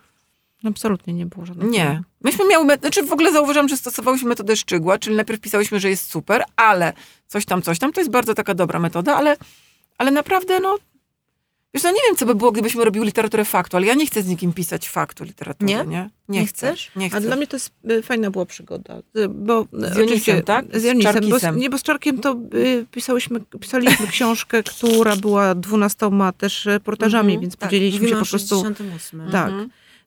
[SPEAKER 4] Absolutnie nie było żadnego.
[SPEAKER 3] Nie. Myśmy miały, met- znaczy w ogóle zauważyłam, że stosowałyśmy metodę szczygła, czyli najpierw pisałyśmy, że jest super, ale coś tam, coś tam, to jest bardzo taka dobra metoda, ale, ale naprawdę no, wiesz, no nie wiem, co by było, gdybyśmy robiły literaturę faktu, ale ja nie chcę z nikim pisać faktu literatury,
[SPEAKER 2] Nie?
[SPEAKER 3] nie? Nie,
[SPEAKER 2] Nie
[SPEAKER 3] chcę.
[SPEAKER 2] chcesz?
[SPEAKER 3] Nie chcę.
[SPEAKER 4] A dla mnie to jest, y, fajna była przygoda, y, bo y,
[SPEAKER 3] Jonisem,
[SPEAKER 4] oczywiście-
[SPEAKER 3] tak? Z
[SPEAKER 4] Z Jonisem, bo, z-
[SPEAKER 3] Czarkisem.
[SPEAKER 4] nie, bo z Czarkiem to y, pisałyśmy, pisaliśmy książkę, która była dwunastoma też y, reportażami,
[SPEAKER 3] Mhm,
[SPEAKER 4] więc
[SPEAKER 2] Tak,
[SPEAKER 4] podzieliliśmy się
[SPEAKER 2] mówimy
[SPEAKER 4] po
[SPEAKER 2] o
[SPEAKER 4] prostu
[SPEAKER 2] 68.
[SPEAKER 4] tak.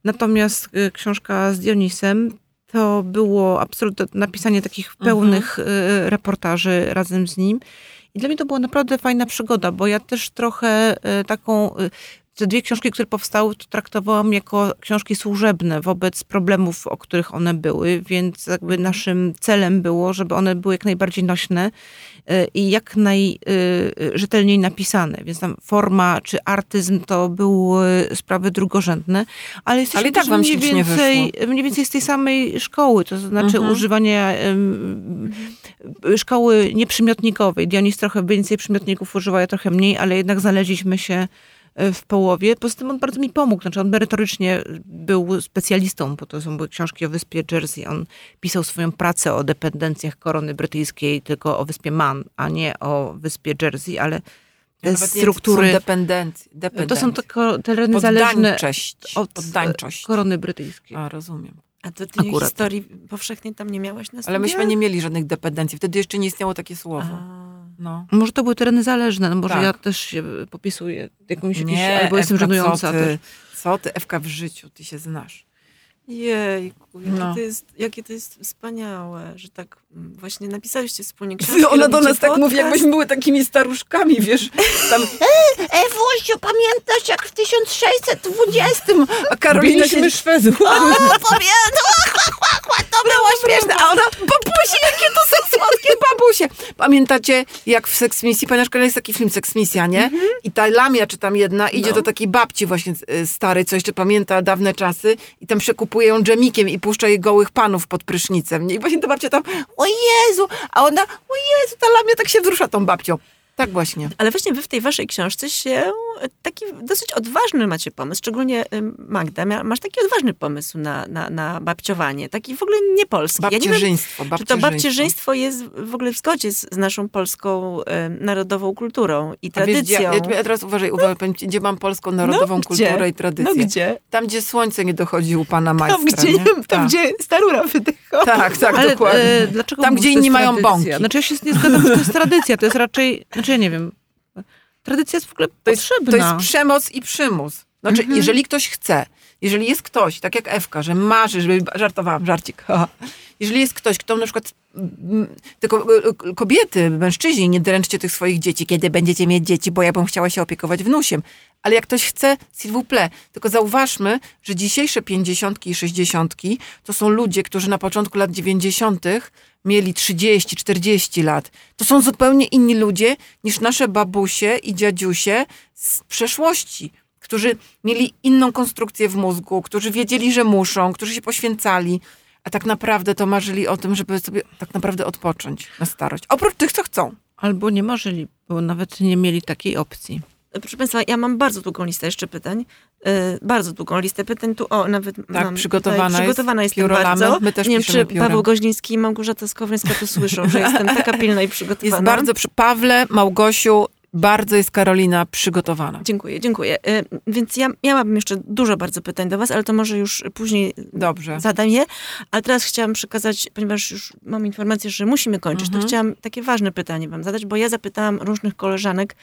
[SPEAKER 4] Natomiast y, książka z Dionisem to było absolutne napisanie takich
[SPEAKER 3] Mhm.
[SPEAKER 4] pełnych y, reportaży razem z nim. I dla mnie to była naprawdę fajna przygoda, bo ja też trochę y, taką. y, Te dwie książki, które powstały, to traktowałam jako książki służebne wobec problemów, o których one były, więc
[SPEAKER 3] Mhm.
[SPEAKER 4] jakby naszym celem było, żeby one były jak najbardziej nośne y, i jak najrzetelniej napisane. Więc tam forma czy artyzm to były sprawy drugorzędne, ale jesteśmy
[SPEAKER 3] Ale i tak
[SPEAKER 4] też
[SPEAKER 3] wam
[SPEAKER 4] mniej,
[SPEAKER 3] się nie
[SPEAKER 4] więcej, mniej więcej z tej samej szkoły, to znaczy
[SPEAKER 3] Mhm.
[SPEAKER 4] używania em, szkoły nieprzymiotnikowej. Dionis trochę więcej przymiotników używa, ja trochę mniej, ale jednak znaleźliśmy się e, w połowie. Poza tym on bardzo mi pomógł, znaczy on merytorycznie był specjalistą, bo to są były książki o wyspie Jersey. On pisał swoją pracę o dependencjach korony brytyjskiej, tylko o wyspie Man, a nie o wyspie Jersey, ale te
[SPEAKER 3] Nawet nie wiem,
[SPEAKER 4] struktury...
[SPEAKER 3] To są dependencje.
[SPEAKER 4] to są
[SPEAKER 3] dependencje.
[SPEAKER 4] tylko tereny zależne
[SPEAKER 3] Poddańczość.
[SPEAKER 4] od, e,
[SPEAKER 3] Poddańczość.
[SPEAKER 4] korony brytyjskiej.
[SPEAKER 3] A, rozumiem.
[SPEAKER 2] A ty tej
[SPEAKER 4] Akurat.
[SPEAKER 2] historii powszechnej tam nie miałaś na
[SPEAKER 3] Ale
[SPEAKER 2] studiach?
[SPEAKER 3] myśmy nie mieli żadnych dependencji. Wtedy jeszcze nie istniało takie
[SPEAKER 2] A,
[SPEAKER 3] słowo. No.
[SPEAKER 4] Może to były tereny zależne, no może
[SPEAKER 3] Tak.
[SPEAKER 4] ja też się popisuję jakąś, jakieś, albo jestem
[SPEAKER 3] Ewka,
[SPEAKER 4] żenująca.
[SPEAKER 3] Co ty,
[SPEAKER 4] Też.
[SPEAKER 3] co ty, Ewka, w życiu, ty się znasz.
[SPEAKER 2] Jejku, jakie,
[SPEAKER 3] No.
[SPEAKER 2] to jest, jakie to jest wspaniałe, że tak mm, właśnie napisałyście wspólnie książkę.
[SPEAKER 3] Ty, Ona do
[SPEAKER 2] robicie
[SPEAKER 3] nas tak mówi,
[SPEAKER 2] podcast.
[SPEAKER 3] jakbyśmy były takimi staruszkami, wiesz. Tam,
[SPEAKER 6] Ewusiu, pamiętasz jak w 1620?
[SPEAKER 3] a Karolina się...
[SPEAKER 5] Szwedów.
[SPEAKER 6] Pamiętam, to było
[SPEAKER 3] Śmieszne, a ona, babusie, jakie to są słodkie babusie. Pamiętacie, jak w Seksmisji, pamiętasz, Karolina, jest taki film Seksmisja, nie?
[SPEAKER 2] Mhm.
[SPEAKER 3] I ta lamia, czy tam jedna, idzie
[SPEAKER 2] No.
[SPEAKER 3] do takiej babci właśnie y, starej, co jeszcze pamięta dawne czasy i tam przekupuje ją dżemikiem i puszcza jej gołych panów pod prysznicem, nie? I właśnie ta babcia tam, o Jezu, a ona, o Jezu, ta lamia tak się wzrusza tą babcią. Tak właśnie.
[SPEAKER 2] Ale właśnie wy w tej waszej książce się e, taki dosyć odważny macie pomysł, szczególnie em, Magda, mia- masz taki odważny pomysł na, na, na babciowanie, taki w ogóle niepolski. Ja nie wiem,
[SPEAKER 3] Babcierzyństwo,
[SPEAKER 2] czy to babcierzyństwo jest w ogóle w zgodzie z, z naszą polską em, narodową kulturą i
[SPEAKER 3] A wiesz, gdzie-
[SPEAKER 2] tradycją.
[SPEAKER 3] ja, ja teraz uważaj, uważaj powiem ci, gdzie mam polską narodową
[SPEAKER 2] No, gdzie?
[SPEAKER 3] kulturę i tradycję.
[SPEAKER 2] no gdzie?
[SPEAKER 3] Tam, gdzie słońce nie dochodzi u pana
[SPEAKER 5] Tam,
[SPEAKER 3] majstra.
[SPEAKER 5] gdzie,
[SPEAKER 3] nie?
[SPEAKER 5] tam,
[SPEAKER 3] tak.
[SPEAKER 5] gdzie starura wydycha.
[SPEAKER 3] tak, tak,
[SPEAKER 4] Ale
[SPEAKER 3] dokładnie.
[SPEAKER 4] e, dlaczego
[SPEAKER 3] Tam,
[SPEAKER 4] mówisz,
[SPEAKER 3] gdzie
[SPEAKER 4] to jest
[SPEAKER 3] inni mają
[SPEAKER 4] tradycja?
[SPEAKER 3] bąki.
[SPEAKER 4] Znaczy ja się nie zgadzam, że to jest tradycja, to jest raczej, znaczy ja nie wiem, tradycja jest w ogóle
[SPEAKER 3] To jest,
[SPEAKER 4] potrzebna.
[SPEAKER 3] to jest przemoc i przymus. Znaczy, jeżeli ktoś chce, jeżeli jest ktoś, tak jak Ewka, że marzy, żeby, żartowałam, żarcik, haha. jeżeli jest ktoś, kto na przykład, mm, tylko y, y, kobiety, mężczyźni, nie dręczcie tych swoich dzieci, kiedy będziecie mieć dzieci, bo ja bym chciała się opiekować wnusiem. Ale jak ktoś chce, s'il vous plaît. Tylko zauważmy, że dzisiejsze pięćdziesiątki i sześćdziesiątki to są ludzie, którzy na początku lat dziewięćdziesiątych mieli 30, 40 lat. To są zupełnie inni ludzie niż nasze babusie i dziadziusie z przeszłości, którzy mieli inną konstrukcję w mózgu, którzy wiedzieli, że muszą, którzy się poświęcali, a tak naprawdę to marzyli o tym, żeby sobie tak naprawdę odpocząć na starość. Oprócz tych, co chcą.
[SPEAKER 4] Albo nie marzyli, bo nawet nie mieli takiej opcji.
[SPEAKER 2] Proszę Państwa, ja mam bardzo długą listę jeszcze pytań. E, bardzo długą listę pytań. Tu o, nawet
[SPEAKER 3] Tak,
[SPEAKER 2] mam
[SPEAKER 3] przygotowana
[SPEAKER 2] tutaj, przygotowana
[SPEAKER 3] jest,
[SPEAKER 2] jestem
[SPEAKER 3] pióro
[SPEAKER 2] bardzo.
[SPEAKER 3] lamy, my też
[SPEAKER 2] Nie wiem,
[SPEAKER 3] piszemy
[SPEAKER 2] czy
[SPEAKER 3] piórem.
[SPEAKER 2] Paweł Goźniński i Małgorzata Skowryńska to słyszą, że jestem taka pilna i przygotowana.
[SPEAKER 3] Jest bardzo przy... Pawle, Małgosiu, bardzo jest Karolina przygotowana.
[SPEAKER 2] Dziękuję, dziękuję. E, Więc ja miałabym jeszcze dużo bardzo pytań do Was, ale to może już później
[SPEAKER 3] Dobrze.
[SPEAKER 2] Mhm. zadam je. Ale teraz chciałam przekazać, ponieważ już mam informację, że musimy kończyć,
[SPEAKER 3] Mhm.
[SPEAKER 2] to chciałam takie ważne pytanie Wam zadać, bo ja zapytałam różnych koleżanek,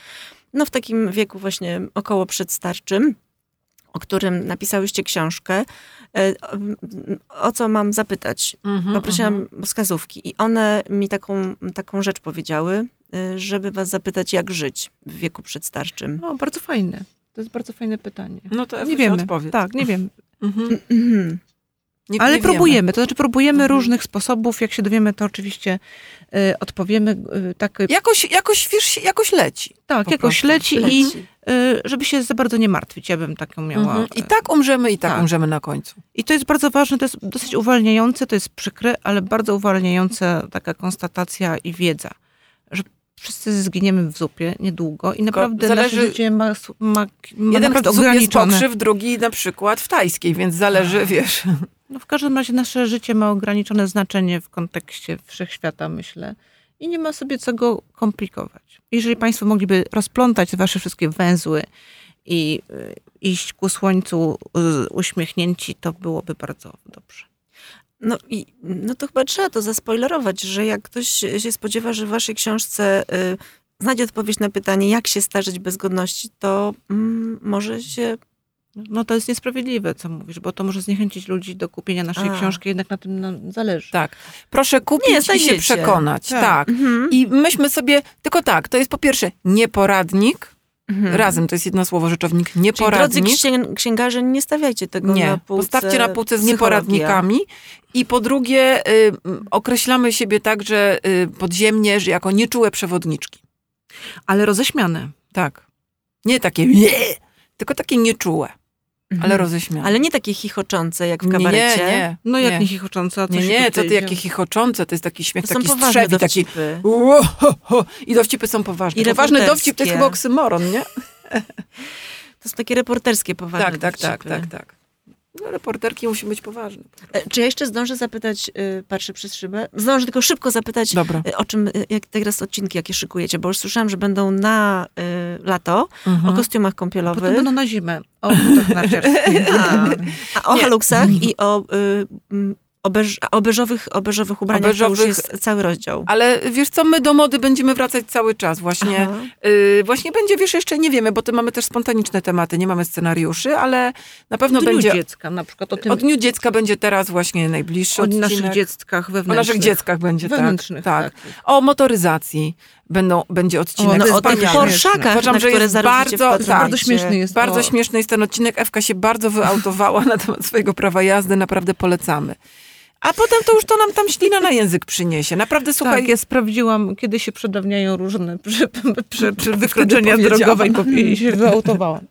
[SPEAKER 2] no w takim wieku właśnie około przedstarczym, o którym napisałyście książkę, e, o co mam zapytać.
[SPEAKER 3] Mhm,
[SPEAKER 2] Poprosiłam o wskazówki i one mi taką, taką rzecz powiedziały, e, żeby was zapytać, jak żyć w wieku przedstarczym.
[SPEAKER 4] No, bardzo fajne. To jest bardzo fajne pytanie.
[SPEAKER 3] mhm. No to Ewa
[SPEAKER 4] nie
[SPEAKER 3] się
[SPEAKER 4] wiemy.
[SPEAKER 3] odpowie.
[SPEAKER 4] Tak, nie wiem.
[SPEAKER 3] Mhm.
[SPEAKER 2] Mhm.
[SPEAKER 3] Nie-
[SPEAKER 4] Ale
[SPEAKER 3] nie wiemy.
[SPEAKER 4] próbujemy, to znaczy próbujemy
[SPEAKER 3] Mhm.
[SPEAKER 4] różnych sposobów. Jak się dowiemy, to oczywiście y, odpowiemy y, tak,
[SPEAKER 3] Jakoś, jakoś, wiesz, się- jakoś leci.
[SPEAKER 4] tak
[SPEAKER 3] po
[SPEAKER 4] jakoś
[SPEAKER 3] prostu
[SPEAKER 4] leci, i
[SPEAKER 2] Leci.
[SPEAKER 4] y, żeby się za bardzo nie martwić. Ja bym taką miała.
[SPEAKER 3] Mhm. I
[SPEAKER 4] y,
[SPEAKER 3] tak umrzemy, i tak,
[SPEAKER 4] Tak.
[SPEAKER 3] umrzemy na końcu.
[SPEAKER 4] I to jest bardzo ważne, to jest dosyć uwalniające, to jest przykre, ale bardzo uwalniające taka konstatacja i wiedza, że wszyscy zginiemy w zupie niedługo i naprawdę
[SPEAKER 3] zależy-
[SPEAKER 4] nasze życie ma, s- ma, ma
[SPEAKER 3] Jeden
[SPEAKER 4] naprawdę
[SPEAKER 3] stóp jest
[SPEAKER 4] ograniczone.
[SPEAKER 3] pokrzyw, drugi na przykład w tajskiej, więc zależy, wiesz.
[SPEAKER 4] No w każdym razie nasze życie ma ograniczone znaczenie w kontekście wszechświata, myślę. I nie ma sobie co go komplikować. Jeżeli Państwo mogliby rozplątać te wasze wszystkie węzły i y, iść ku słońcu y, uśmiechnięci, to byłoby bardzo dobrze.
[SPEAKER 2] No, i, no to chyba trzeba to zaspoilerować, że jak ktoś się spodziewa, że w waszej książce y, znajdzie odpowiedź na pytanie, jak się starzeć bez godności, to mm, może się...
[SPEAKER 4] No to jest niesprawiedliwe, co mówisz, bo to może zniechęcić ludzi do kupienia naszej
[SPEAKER 2] A.
[SPEAKER 4] książki, jednak na tym nam zależy.
[SPEAKER 3] Tak. Proszę
[SPEAKER 2] Nie,
[SPEAKER 3] kupić i się
[SPEAKER 2] znajdziecie.
[SPEAKER 3] przekonać.
[SPEAKER 4] Tak.
[SPEAKER 3] Tak.
[SPEAKER 2] Mhm,
[SPEAKER 3] I myśmy sobie, tylko tak, to jest po pierwsze nieporadnik,
[SPEAKER 2] mhm.
[SPEAKER 3] razem to jest jedno słowo rzeczownik,
[SPEAKER 2] Czyli drodzy
[SPEAKER 3] nieporadnik.
[SPEAKER 2] księg- księgarze, nie stawiajcie tego na
[SPEAKER 3] Nie,
[SPEAKER 2] półce.
[SPEAKER 3] postawcie na półce z
[SPEAKER 2] psychologia.
[SPEAKER 3] nieporadnikami. I po drugie, y, m, określamy siebie także y, podziemnie, że jako nieczułe przewodniczki.
[SPEAKER 4] Ale roześmiane.
[SPEAKER 3] Tak. Nie takie, nie, tylko takie nieczułe,
[SPEAKER 2] Mhm.
[SPEAKER 3] ale roześmiane.
[SPEAKER 2] Ale nie takie chichoczące jak w
[SPEAKER 3] nie,
[SPEAKER 2] kabarecie.
[SPEAKER 3] nie.
[SPEAKER 4] No
[SPEAKER 3] nie.
[SPEAKER 4] jak nie chichocząca, co
[SPEAKER 3] Nie,
[SPEAKER 4] się
[SPEAKER 3] nie, co
[SPEAKER 4] tutaj
[SPEAKER 3] ty, jakie
[SPEAKER 4] dzieje?
[SPEAKER 3] chichoczące, to jest taki śmiech,
[SPEAKER 2] To są
[SPEAKER 3] taki
[SPEAKER 2] poważne
[SPEAKER 3] strzewi, taki...
[SPEAKER 2] dowcipy.
[SPEAKER 3] Ło, ho, ho. I dowcipy są poważne.
[SPEAKER 2] I
[SPEAKER 3] poważny
[SPEAKER 2] reporterskie.
[SPEAKER 3] dowcip to jest chyba oksymoron, nie?
[SPEAKER 2] To są takie reporterskie poważne
[SPEAKER 3] Tak, tak, tak,
[SPEAKER 2] dowcipy.
[SPEAKER 3] tak, tak. Znaczy, No, reporterki musi być poważne.
[SPEAKER 2] E, Czy ja jeszcze zdążę zapytać, y, patrzę przez szybę, zdążę tylko szybko zapytać,
[SPEAKER 3] Dobra.
[SPEAKER 2] y, o czym, y, jak teraz odcinki, jakie szykujecie, bo już słyszałam, że będą na y, lato, o kostiumach
[SPEAKER 4] Mhm. Potem
[SPEAKER 2] kąpielowych,
[SPEAKER 4] będą na zimę. O, to na czerwcu.
[SPEAKER 2] a, a o haluksach i o, y, mm, o, beż, a o beżowych, o beżowych ubraniach, to
[SPEAKER 3] beżowych-
[SPEAKER 2] już jest cały rozdział.
[SPEAKER 3] Ale wiesz co, my do mody będziemy wracać cały czas właśnie.
[SPEAKER 2] Aha.
[SPEAKER 3] Yy, właśnie będzie, wiesz, jeszcze nie wiemy, bo to mamy też spontaniczne tematy, nie mamy scenariuszy, ale na pewno
[SPEAKER 4] Dniu
[SPEAKER 3] będzie...
[SPEAKER 4] dziecka na przykład. O tym
[SPEAKER 3] O Dniu Dziecka będzie teraz właśnie najbliższy
[SPEAKER 4] o
[SPEAKER 3] odcinek.
[SPEAKER 4] naszych dzieckach
[SPEAKER 3] o
[SPEAKER 4] wewnętrznych.
[SPEAKER 3] naszych dzieckach będzie, tak,
[SPEAKER 4] wewnętrznych,
[SPEAKER 3] tak.
[SPEAKER 4] tak.
[SPEAKER 3] O motoryzacji będą, będzie odcinek.
[SPEAKER 4] no,
[SPEAKER 2] No, o
[SPEAKER 4] wspaniale.
[SPEAKER 2] tych
[SPEAKER 3] Wspaniały.
[SPEAKER 2] porszakach,
[SPEAKER 3] Uważam,
[SPEAKER 2] na
[SPEAKER 3] że
[SPEAKER 2] które
[SPEAKER 3] jest
[SPEAKER 2] zarobicie
[SPEAKER 3] bardzo-
[SPEAKER 2] w
[SPEAKER 3] tak.
[SPEAKER 4] Bardzo śmieszny jest
[SPEAKER 3] Bardzo
[SPEAKER 4] to.
[SPEAKER 3] śmieszny jest ten odcinek. Ewka się bardzo wyautowała na temat swojego prawa jazdy. Naprawdę polecamy. A potem to już to nam tam ślina na język przyniesie. Naprawdę, słuchaj,
[SPEAKER 4] Tak, ja sprawdziłam, kiedy się przedawniają różne przy, przy, przy wykroczenia
[SPEAKER 3] powiedziałam.
[SPEAKER 4] drogowe i po- i się wyautowałam.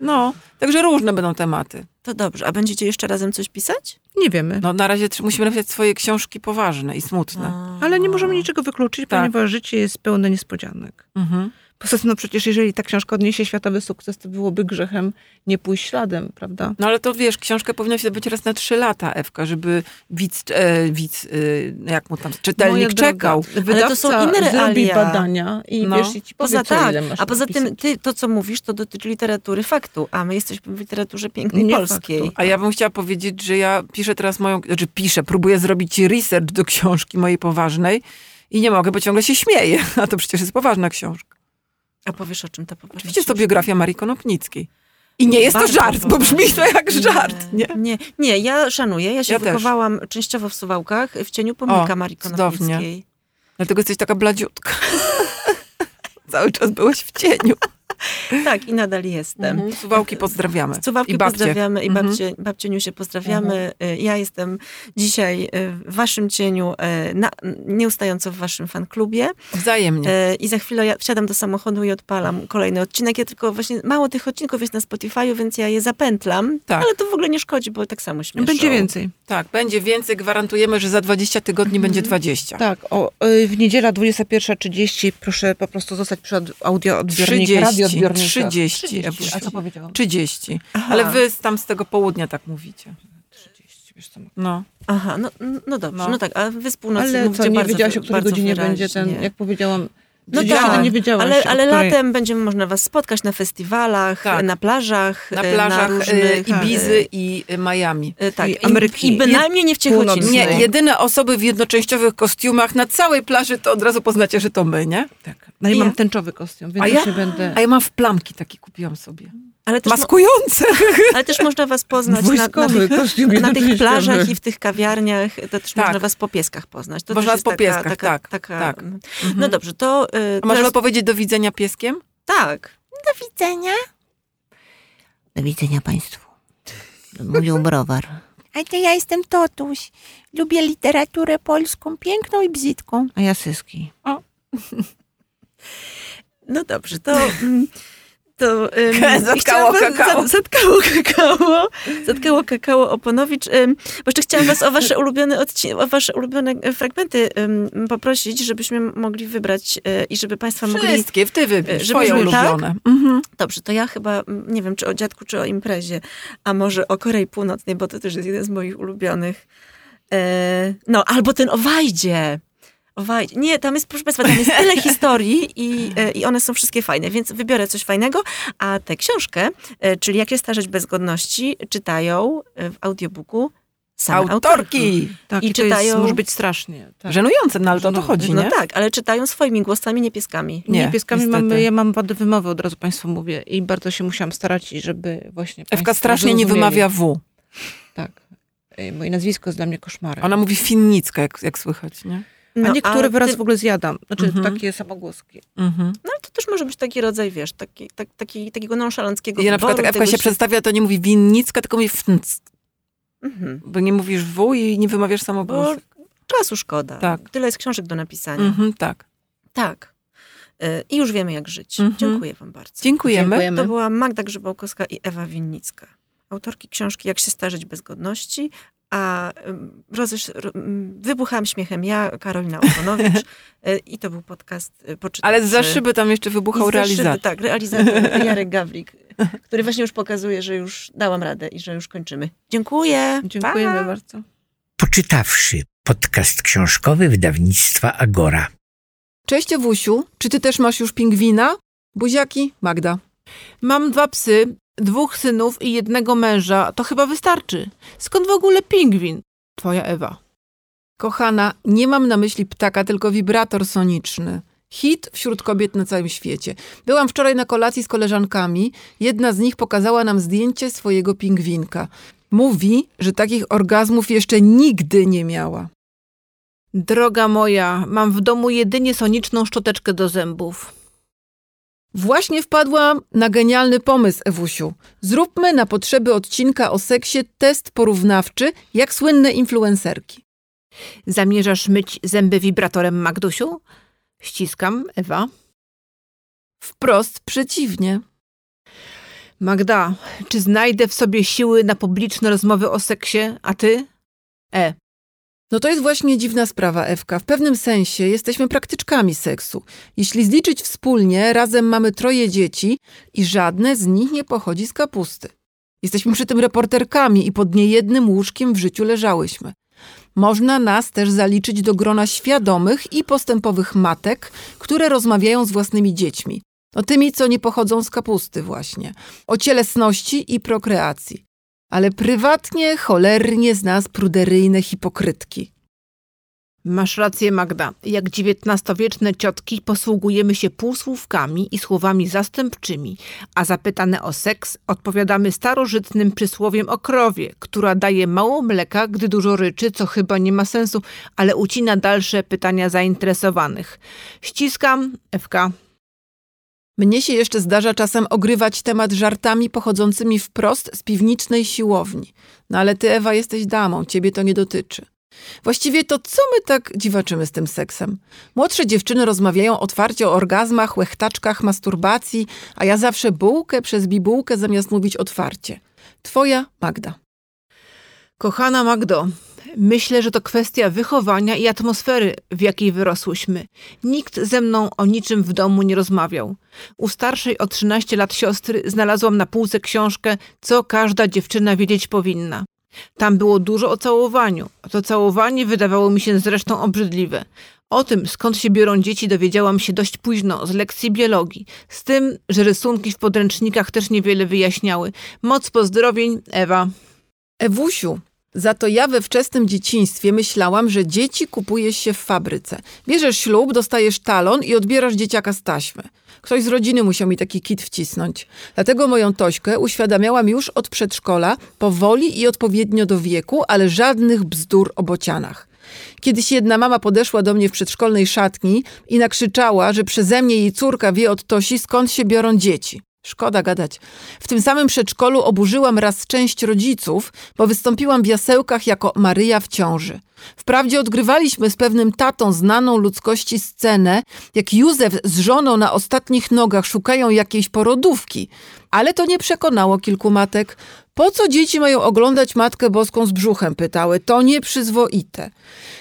[SPEAKER 3] no, także różne będą tematy.
[SPEAKER 2] To dobrze, a będziecie jeszcze razem coś pisać?
[SPEAKER 4] Nie wiemy.
[SPEAKER 3] No, na razie tr- musimy napisać swoje książki poważne i smutne.
[SPEAKER 4] Ale nie możemy niczego wykluczyć,
[SPEAKER 3] Tak.
[SPEAKER 4] ponieważ życie jest pełne niespodzianek.
[SPEAKER 3] Mhm.
[SPEAKER 4] Poza tym, no przecież jeżeli ta książka odniesie światowy sukces, to byłoby grzechem nie pójść śladem, prawda?
[SPEAKER 3] No, ale to wiesz, książka powinna się być raz na trzy lata, Ewka, żeby widz, e, widz e, jak mu tam, czytelnik
[SPEAKER 4] Moja droga,
[SPEAKER 3] czekał.
[SPEAKER 4] Wydawca
[SPEAKER 2] to są inne
[SPEAKER 4] zrobi
[SPEAKER 2] realia.
[SPEAKER 4] badania i
[SPEAKER 3] No.
[SPEAKER 4] wiesz, i ci powie,
[SPEAKER 2] Poza
[SPEAKER 4] co,
[SPEAKER 2] tak,
[SPEAKER 4] ile masz
[SPEAKER 2] a poza tym
[SPEAKER 4] napisać.
[SPEAKER 2] ty, to co mówisz, to dotyczy literatury faktu, a my jesteśmy w literaturze pięknej
[SPEAKER 4] Nie
[SPEAKER 2] polskiej.
[SPEAKER 4] faktu.
[SPEAKER 3] A ja bym chciała powiedzieć, że ja piszę teraz moją, znaczy piszę, próbuję zrobić research do książki mojej poważnej i nie mogę, bo ciągle się śmieję, a to przecież jest poważna książka.
[SPEAKER 2] A powiesz o czym ta poważna
[SPEAKER 3] Oczywiście jest to
[SPEAKER 2] książka?
[SPEAKER 3] biografia Marii Konopnickiej. I nie jest to
[SPEAKER 2] Bardzo
[SPEAKER 3] żart, bo
[SPEAKER 2] poważna.
[SPEAKER 3] brzmi to jak żart, nie?
[SPEAKER 2] Nie, nie, ja szanuję. Ja się
[SPEAKER 3] Ja też.
[SPEAKER 2] wychowałam częściowo w Suwałkach, w cieniu pomnika
[SPEAKER 3] O,
[SPEAKER 2] Marii
[SPEAKER 3] cudownie.
[SPEAKER 2] Konopnickiej.
[SPEAKER 3] Dlatego jesteś taka bladziutka. Cały czas byłeś w cieniu.
[SPEAKER 2] Tak, i nadal jestem.
[SPEAKER 3] Mhm. Suwałki pozdrawiamy.
[SPEAKER 2] Suwałki
[SPEAKER 3] I babcie.
[SPEAKER 2] pozdrawiamy i
[SPEAKER 3] Mhm.
[SPEAKER 2] babcie, babcieniu się pozdrawiamy. Y, Ja jestem dzisiaj y, w waszym cieniu, y, na, nieustająco w waszym fanklubie.
[SPEAKER 3] Wzajemnie.
[SPEAKER 2] E, I za chwilę ja wsiadam do samochodu i odpalam kolejny odcinek. Ja tylko właśnie mało tych odcinków jest na Spotify'u, więc ja je zapętlam.
[SPEAKER 3] Tak.
[SPEAKER 2] Ale to w ogóle nie szkodzi, bo tak samo śmieszą.
[SPEAKER 4] Będzie więcej.
[SPEAKER 3] Tak, będzie więcej, gwarantujemy, że za 20 tygodni
[SPEAKER 2] Mhm.
[SPEAKER 3] będzie 20.
[SPEAKER 4] Tak, o, y, w niedziela 21.30 proszę po prostu zostać przy od- audioodbiornika,
[SPEAKER 3] 30,
[SPEAKER 4] radioodbiornika.
[SPEAKER 3] 30,
[SPEAKER 4] 30. A co
[SPEAKER 3] Ewusiu.
[SPEAKER 4] powiedziałam?
[SPEAKER 3] 30.
[SPEAKER 2] Aha.
[SPEAKER 3] Ale wy tam z tego południa tak mówicie.
[SPEAKER 4] 30, wiesz co.
[SPEAKER 3] No.
[SPEAKER 2] Aha, no, no dobrze, no.
[SPEAKER 3] No.
[SPEAKER 2] tak, a wy z północy
[SPEAKER 4] Ale co,
[SPEAKER 2] mówicie
[SPEAKER 4] nie
[SPEAKER 2] bardzo
[SPEAKER 4] wiedziałaś, o której
[SPEAKER 2] bardzo
[SPEAKER 4] godzinie
[SPEAKER 2] wyraźnie.
[SPEAKER 4] będzie ten, jak powiedziałam,
[SPEAKER 2] No
[SPEAKER 4] wiedziałaś,
[SPEAKER 2] tak,
[SPEAKER 4] ale nie wiedziałaś.
[SPEAKER 2] ale,
[SPEAKER 4] o
[SPEAKER 2] ale
[SPEAKER 4] której.
[SPEAKER 2] latem będziemy można was spotkać na festiwalach,
[SPEAKER 3] Tak.
[SPEAKER 2] na plażach,
[SPEAKER 3] Na
[SPEAKER 2] e,
[SPEAKER 3] plażach
[SPEAKER 2] na
[SPEAKER 3] y,
[SPEAKER 2] różnych,
[SPEAKER 3] Ibizy i y, Miami.
[SPEAKER 2] e, tak,
[SPEAKER 4] i
[SPEAKER 2] i,
[SPEAKER 4] Ameryki.
[SPEAKER 2] I bynajmniej nie w Ciechocinie.
[SPEAKER 4] Północnej.
[SPEAKER 3] Nie, jedyne osoby w jednoczęściowych kostiumach na całej plaży, to od razu poznacie, że to my, nie?
[SPEAKER 4] Tak. No i
[SPEAKER 2] Ja-
[SPEAKER 4] mam tęczowy kostium, więc
[SPEAKER 3] A
[SPEAKER 4] ja,
[SPEAKER 3] ja-
[SPEAKER 4] już nie będę...
[SPEAKER 3] A ja mam w plamki taki kupiłam sobie.
[SPEAKER 2] ale, też, mo-
[SPEAKER 3] Maskujące!
[SPEAKER 2] ale też można was poznać na, na,
[SPEAKER 4] Wojskowy
[SPEAKER 2] tych,
[SPEAKER 4] kostium
[SPEAKER 2] na tych
[SPEAKER 4] jednocześnie,
[SPEAKER 2] plażach
[SPEAKER 4] że-
[SPEAKER 2] i w tych kawiarniach, to też
[SPEAKER 3] Tak.
[SPEAKER 2] można was po pieskach poznać. To
[SPEAKER 3] Można
[SPEAKER 2] też jest
[SPEAKER 3] po
[SPEAKER 2] taka-
[SPEAKER 3] pieskach,
[SPEAKER 2] taka,
[SPEAKER 3] tak,
[SPEAKER 2] Taka,
[SPEAKER 3] tak.
[SPEAKER 2] No dobrze, to... y,
[SPEAKER 3] A możemy
[SPEAKER 2] teraz-
[SPEAKER 3] powiedzieć do widzenia pieskiem?
[SPEAKER 2] Tak.
[SPEAKER 6] Do widzenia.
[SPEAKER 7] Do widzenia Państwu. Mówił browar.
[SPEAKER 6] A to ja jestem Totuś. Lubię literaturę polską, piękną i brzydką.
[SPEAKER 7] A ja Syski.
[SPEAKER 2] No dobrze, to... mm, To, ym,
[SPEAKER 3] Zatkało
[SPEAKER 2] i chciałam was-
[SPEAKER 3] kakao.
[SPEAKER 2] za- Zatkało kakao. Zatkało kakao Oponowicz. Ym, bo jeszcze chciałam was o wasze ulubione, odci- o wasze ulubione e, fragmenty ym, poprosić, żebyśmy mogli wybrać e, i żeby państwo mogli...
[SPEAKER 3] Wszystkie, w ty wybierz,
[SPEAKER 2] Żebyśmy-
[SPEAKER 3] swoje
[SPEAKER 2] tak?
[SPEAKER 3] ulubione. Mhm.
[SPEAKER 2] Dobrze, to ja chyba, mm, nie wiem, czy o dziadku, czy o imprezie, a może o Korei Północnej, bo to też jest jeden z moich ulubionych. E, no, albo ten o Wajdzie. O Wajdzie. Nie, tam jest, proszę Państwa, tam jest tyle historii i, e, i one są wszystkie fajne, więc wybiorę coś fajnego, a tę książkę, e, czyli Jak się starzeć bez godności, czytają e, w audiobooku same
[SPEAKER 3] Mm. Autorki.
[SPEAKER 2] autorki.
[SPEAKER 4] Tak,
[SPEAKER 2] I
[SPEAKER 4] i, to jest,
[SPEAKER 2] czytają-
[SPEAKER 4] może być strasznie. Tak.
[SPEAKER 3] Żenujące, no ale to o to chodzi,
[SPEAKER 2] No
[SPEAKER 3] nie?
[SPEAKER 2] tak, ale czytają swoimi głosami, nie pieskami.
[SPEAKER 4] Nie,
[SPEAKER 3] Nie,
[SPEAKER 4] pieskami
[SPEAKER 3] niestety.
[SPEAKER 4] mamy, ja mam wadę wymowy, od razu Państwu mówię. I bardzo się musiałam starać, i żeby właśnie
[SPEAKER 3] Ewka
[SPEAKER 4] państwo
[SPEAKER 3] strasznie nie
[SPEAKER 4] No, zrozumieli.
[SPEAKER 3] wymawia W.
[SPEAKER 4] Tak. Ej, Moje nazwisko jest dla mnie koszmarem.
[SPEAKER 3] Ona mówi finnicka, jak, jak słychać, nie?
[SPEAKER 2] No,
[SPEAKER 4] a niektóre
[SPEAKER 2] ale
[SPEAKER 4] wyrazy
[SPEAKER 2] ty-
[SPEAKER 4] w ogóle zjadam. Znaczy
[SPEAKER 3] Mhm.
[SPEAKER 4] takie samogłoski.
[SPEAKER 3] Mhm.
[SPEAKER 2] No ale to też może być taki rodzaj, wiesz, taki, tak, taki, takiego nonszalanckiego
[SPEAKER 3] I na przykład tak
[SPEAKER 2] wyboru,
[SPEAKER 3] jak Ewka
[SPEAKER 2] tego
[SPEAKER 3] się przedstawia, to nie mówi winnicka, tylko mówi fnc,
[SPEAKER 2] Mhm.
[SPEAKER 3] bo nie mówisz W i nie wymawiasz
[SPEAKER 2] Bo
[SPEAKER 3] samogłosek.
[SPEAKER 2] czasu szkoda.
[SPEAKER 3] Tak.
[SPEAKER 2] Tyle jest książek do napisania.
[SPEAKER 3] Mhm, tak.
[SPEAKER 2] Tak. Y, I już wiemy, jak żyć.
[SPEAKER 3] Mhm.
[SPEAKER 2] Dziękuję Wam bardzo.
[SPEAKER 3] Dziękujemy.
[SPEAKER 2] To była Magda Grzybałkowska i Ewa Winnicka. Autorki książki Jak się starzeć bez godności, a ym, roześ, ro, ym, wybuchałam śmiechem ja, Karolina Okonowicz y, i to był podcast y, Poczytaj.
[SPEAKER 3] Ale za
[SPEAKER 2] Czy-
[SPEAKER 3] szyby tam jeszcze
[SPEAKER 2] i
[SPEAKER 3] wybuchał
[SPEAKER 2] za szyby,
[SPEAKER 3] realizator.
[SPEAKER 2] Tak, realizator Jarek Gawlik, który właśnie już pokazuje, że już dałam radę i że już kończymy. Dziękuję.
[SPEAKER 4] Dziękujemy
[SPEAKER 2] Pa.
[SPEAKER 4] bardzo.
[SPEAKER 1] Poczytawszy podcast książkowy wydawnictwa Agora.
[SPEAKER 3] Cześć Wusiu, czy ty też masz już pingwina? Buziaki, Magda.
[SPEAKER 4] Mam dwa psy, dwóch synów i jednego męża. To chyba wystarczy. Skąd w ogóle pingwin? Twoja Ewa.
[SPEAKER 3] Kochana, nie mam na myśli ptaka, tylko wibrator soniczny. Hit wśród kobiet na całym świecie. Byłam wczoraj na kolacji z koleżankami. Jedna z nich pokazała nam zdjęcie swojego pingwinka. Mówi, że takich orgazmów jeszcze nigdy nie miała.
[SPEAKER 4] Droga moja, mam w domu jedynie soniczną szczoteczkę do zębów.
[SPEAKER 3] Właśnie wpadłam na genialny pomysł, Ewusiu. Zróbmy na potrzeby odcinka o seksie test porównawczy, jak słynne influencerki.
[SPEAKER 4] Zamierzasz myć zęby wibratorem, Magdusiu? Ściskam, Ewa.
[SPEAKER 3] Wprost przeciwnie.
[SPEAKER 4] Magda, czy znajdę w sobie siły na publiczne rozmowy o seksie, a ty? E.
[SPEAKER 3] No to jest właśnie dziwna sprawa, Ewka. W pewnym sensie jesteśmy praktyczkami seksu. Jeśli zliczyć wspólnie, razem mamy troje dzieci i żadne z nich nie pochodzi z kapusty. Jesteśmy przy tym reporterkami i pod niejednym łóżkiem w życiu leżałyśmy. Można nas też zaliczyć do grona świadomych i postępowych matek, które rozmawiają z własnymi dziećmi. O tymi, co nie pochodzą z kapusty właśnie. O cielesności i prokreacji ale prywatnie, cholernie z nas pruderyjne hipokrytki.
[SPEAKER 4] Masz rację, Magda. Jak XIX-wieczne ciotki posługujemy się półsłówkami i słowami zastępczymi, a zapytane o seks odpowiadamy starożytnym przysłowiem o krowie, która daje mało mleka, gdy dużo ryczy, co chyba nie ma sensu, ale ucina dalsze pytania zainteresowanych. Ściskam, Ewka.
[SPEAKER 3] Mnie się jeszcze zdarza czasem ogrywać temat żartami pochodzącymi wprost z piwnicznej siłowni. No ale ty, Ewa, jesteś damą, ciebie to nie dotyczy. Właściwie to co my tak dziwaczymy z tym seksem? Młodsze dziewczyny rozmawiają otwarcie o orgazmach, łechtaczkach, masturbacji, a ja zawsze bułkę przez bibułkę zamiast mówić otwarcie. Twoja Magda.
[SPEAKER 4] Kochana Magdo, myślę, że to kwestia wychowania i atmosfery, w jakiej wyrosłyśmy. Nikt ze mną o niczym w domu nie rozmawiał. U starszej o 13 lat siostry znalazłam na półce książkę, co każda dziewczyna wiedzieć powinna. Tam było dużo o całowaniu. To całowanie wydawało mi się zresztą obrzydliwe. O tym, skąd się biorą dzieci, dowiedziałam się dość późno z lekcji biologii. Z tym, że rysunki w podręcznikach też niewiele wyjaśniały. Moc pozdrowień, Ewa.
[SPEAKER 3] Ewusiu, za to ja we wczesnym dzieciństwie myślałam, że dzieci kupuje się w fabryce. Bierzesz ślub, dostajesz talon i odbierasz dzieciaka z taśmy. Ktoś z rodziny musiał mi taki kit wcisnąć. Dlatego moją Tośkę uświadamiałam już od przedszkola, powoli i odpowiednio do wieku, ale żadnych bzdur o bocianach. Kiedyś jedna mama podeszła do mnie w przedszkolnej szatni i nakrzyczała, że przeze mnie jej córka wie od Tosi, skąd się biorą dzieci. Szkoda gadać. W tym samym przedszkolu oburzyłam raz część rodziców, bo wystąpiłam w jasełkach jako Maryja w ciąży. Wprawdzie odgrywaliśmy z pewnym tatą znaną ludzkości scenę, jak Józef z żoną na ostatnich nogach szukają jakiejś porodówki, ale to nie przekonało kilku matek. Po co dzieci mają oglądać Matkę Boską z brzuchem? pytały. To nieprzyzwoite.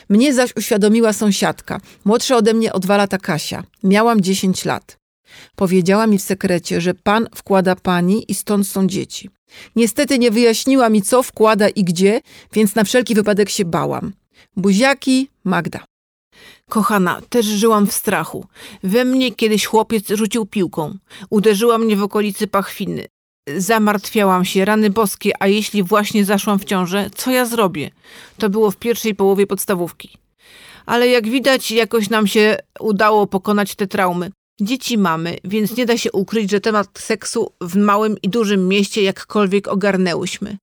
[SPEAKER 3] Mnie zaś uświadomiła sąsiadka, młodsza ode mnie o dwa lata Kasia. Miałam 10 lat. Powiedziała mi w sekrecie, że pan wkłada pani i stąd są dzieci. Niestety nie wyjaśniła mi, co wkłada i gdzie, więc na wszelki wypadek się bałam. Buziaki, Magda.
[SPEAKER 4] Kochana, też żyłam w strachu. We mnie kiedyś chłopiec rzucił piłką. Uderzyła mnie w okolicy pachwiny. Zamartwiałam się, rany boskie, a jeśli właśnie zaszłam w ciążę, co ja zrobię? To było w pierwszej połowie podstawówki. Ale jak widać, jakoś nam się udało pokonać te traumy. Dzieci mamy, więc nie da się ukryć, że temat seksu w małym i dużym mieście jakkolwiek ogarnęłyśmy.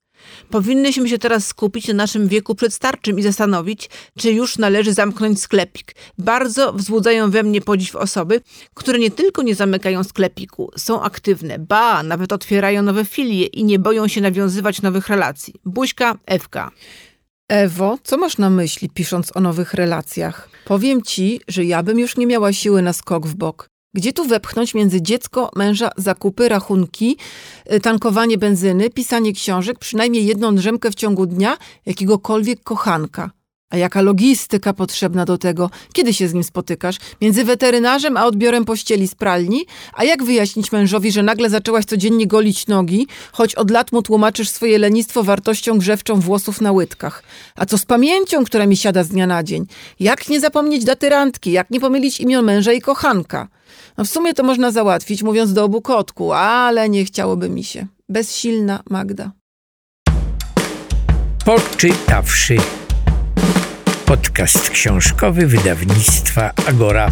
[SPEAKER 4] Powinnyśmy się teraz skupić na naszym wieku przedstarczym i zastanowić, czy już należy zamknąć sklepik. Bardzo wzbudzają we mnie podziw osoby, które nie tylko nie zamykają sklepiku, są aktywne, ba, nawet otwierają nowe filie i nie boją się nawiązywać nowych relacji. Buźka, Ewka.
[SPEAKER 3] Ewo, co masz na myśli, pisząc o nowych relacjach? Powiem ci, że ja bym już nie miała siły na skok w bok. Gdzie tu wepchnąć między dziecko, męża, zakupy, rachunki, y, tankowanie benzyny, pisanie książek, przynajmniej jedną drzemkę w ciągu dnia, jakiegokolwiek kochanka? A jaka logistyka potrzebna do tego? Kiedy się z nim spotykasz? Między weterynarzem a odbiorem pościeli z pralni? A jak wyjaśnić mężowi, że nagle zaczęłaś codziennie golić nogi, choć od lat mu tłumaczysz swoje lenistwo wartością grzewczą włosów na łydkach? A co z pamięcią, która mi siada z dnia na dzień? Jak nie zapomnieć daty randki? Jak nie pomylić imion męża i kochanka? No w sumie to można załatwić, mówiąc do obu kotku, ale nie chciałoby mi się. Bezsilna Magda.
[SPEAKER 1] Poczytawszy. Podcast książkowy wydawnictwa Agora.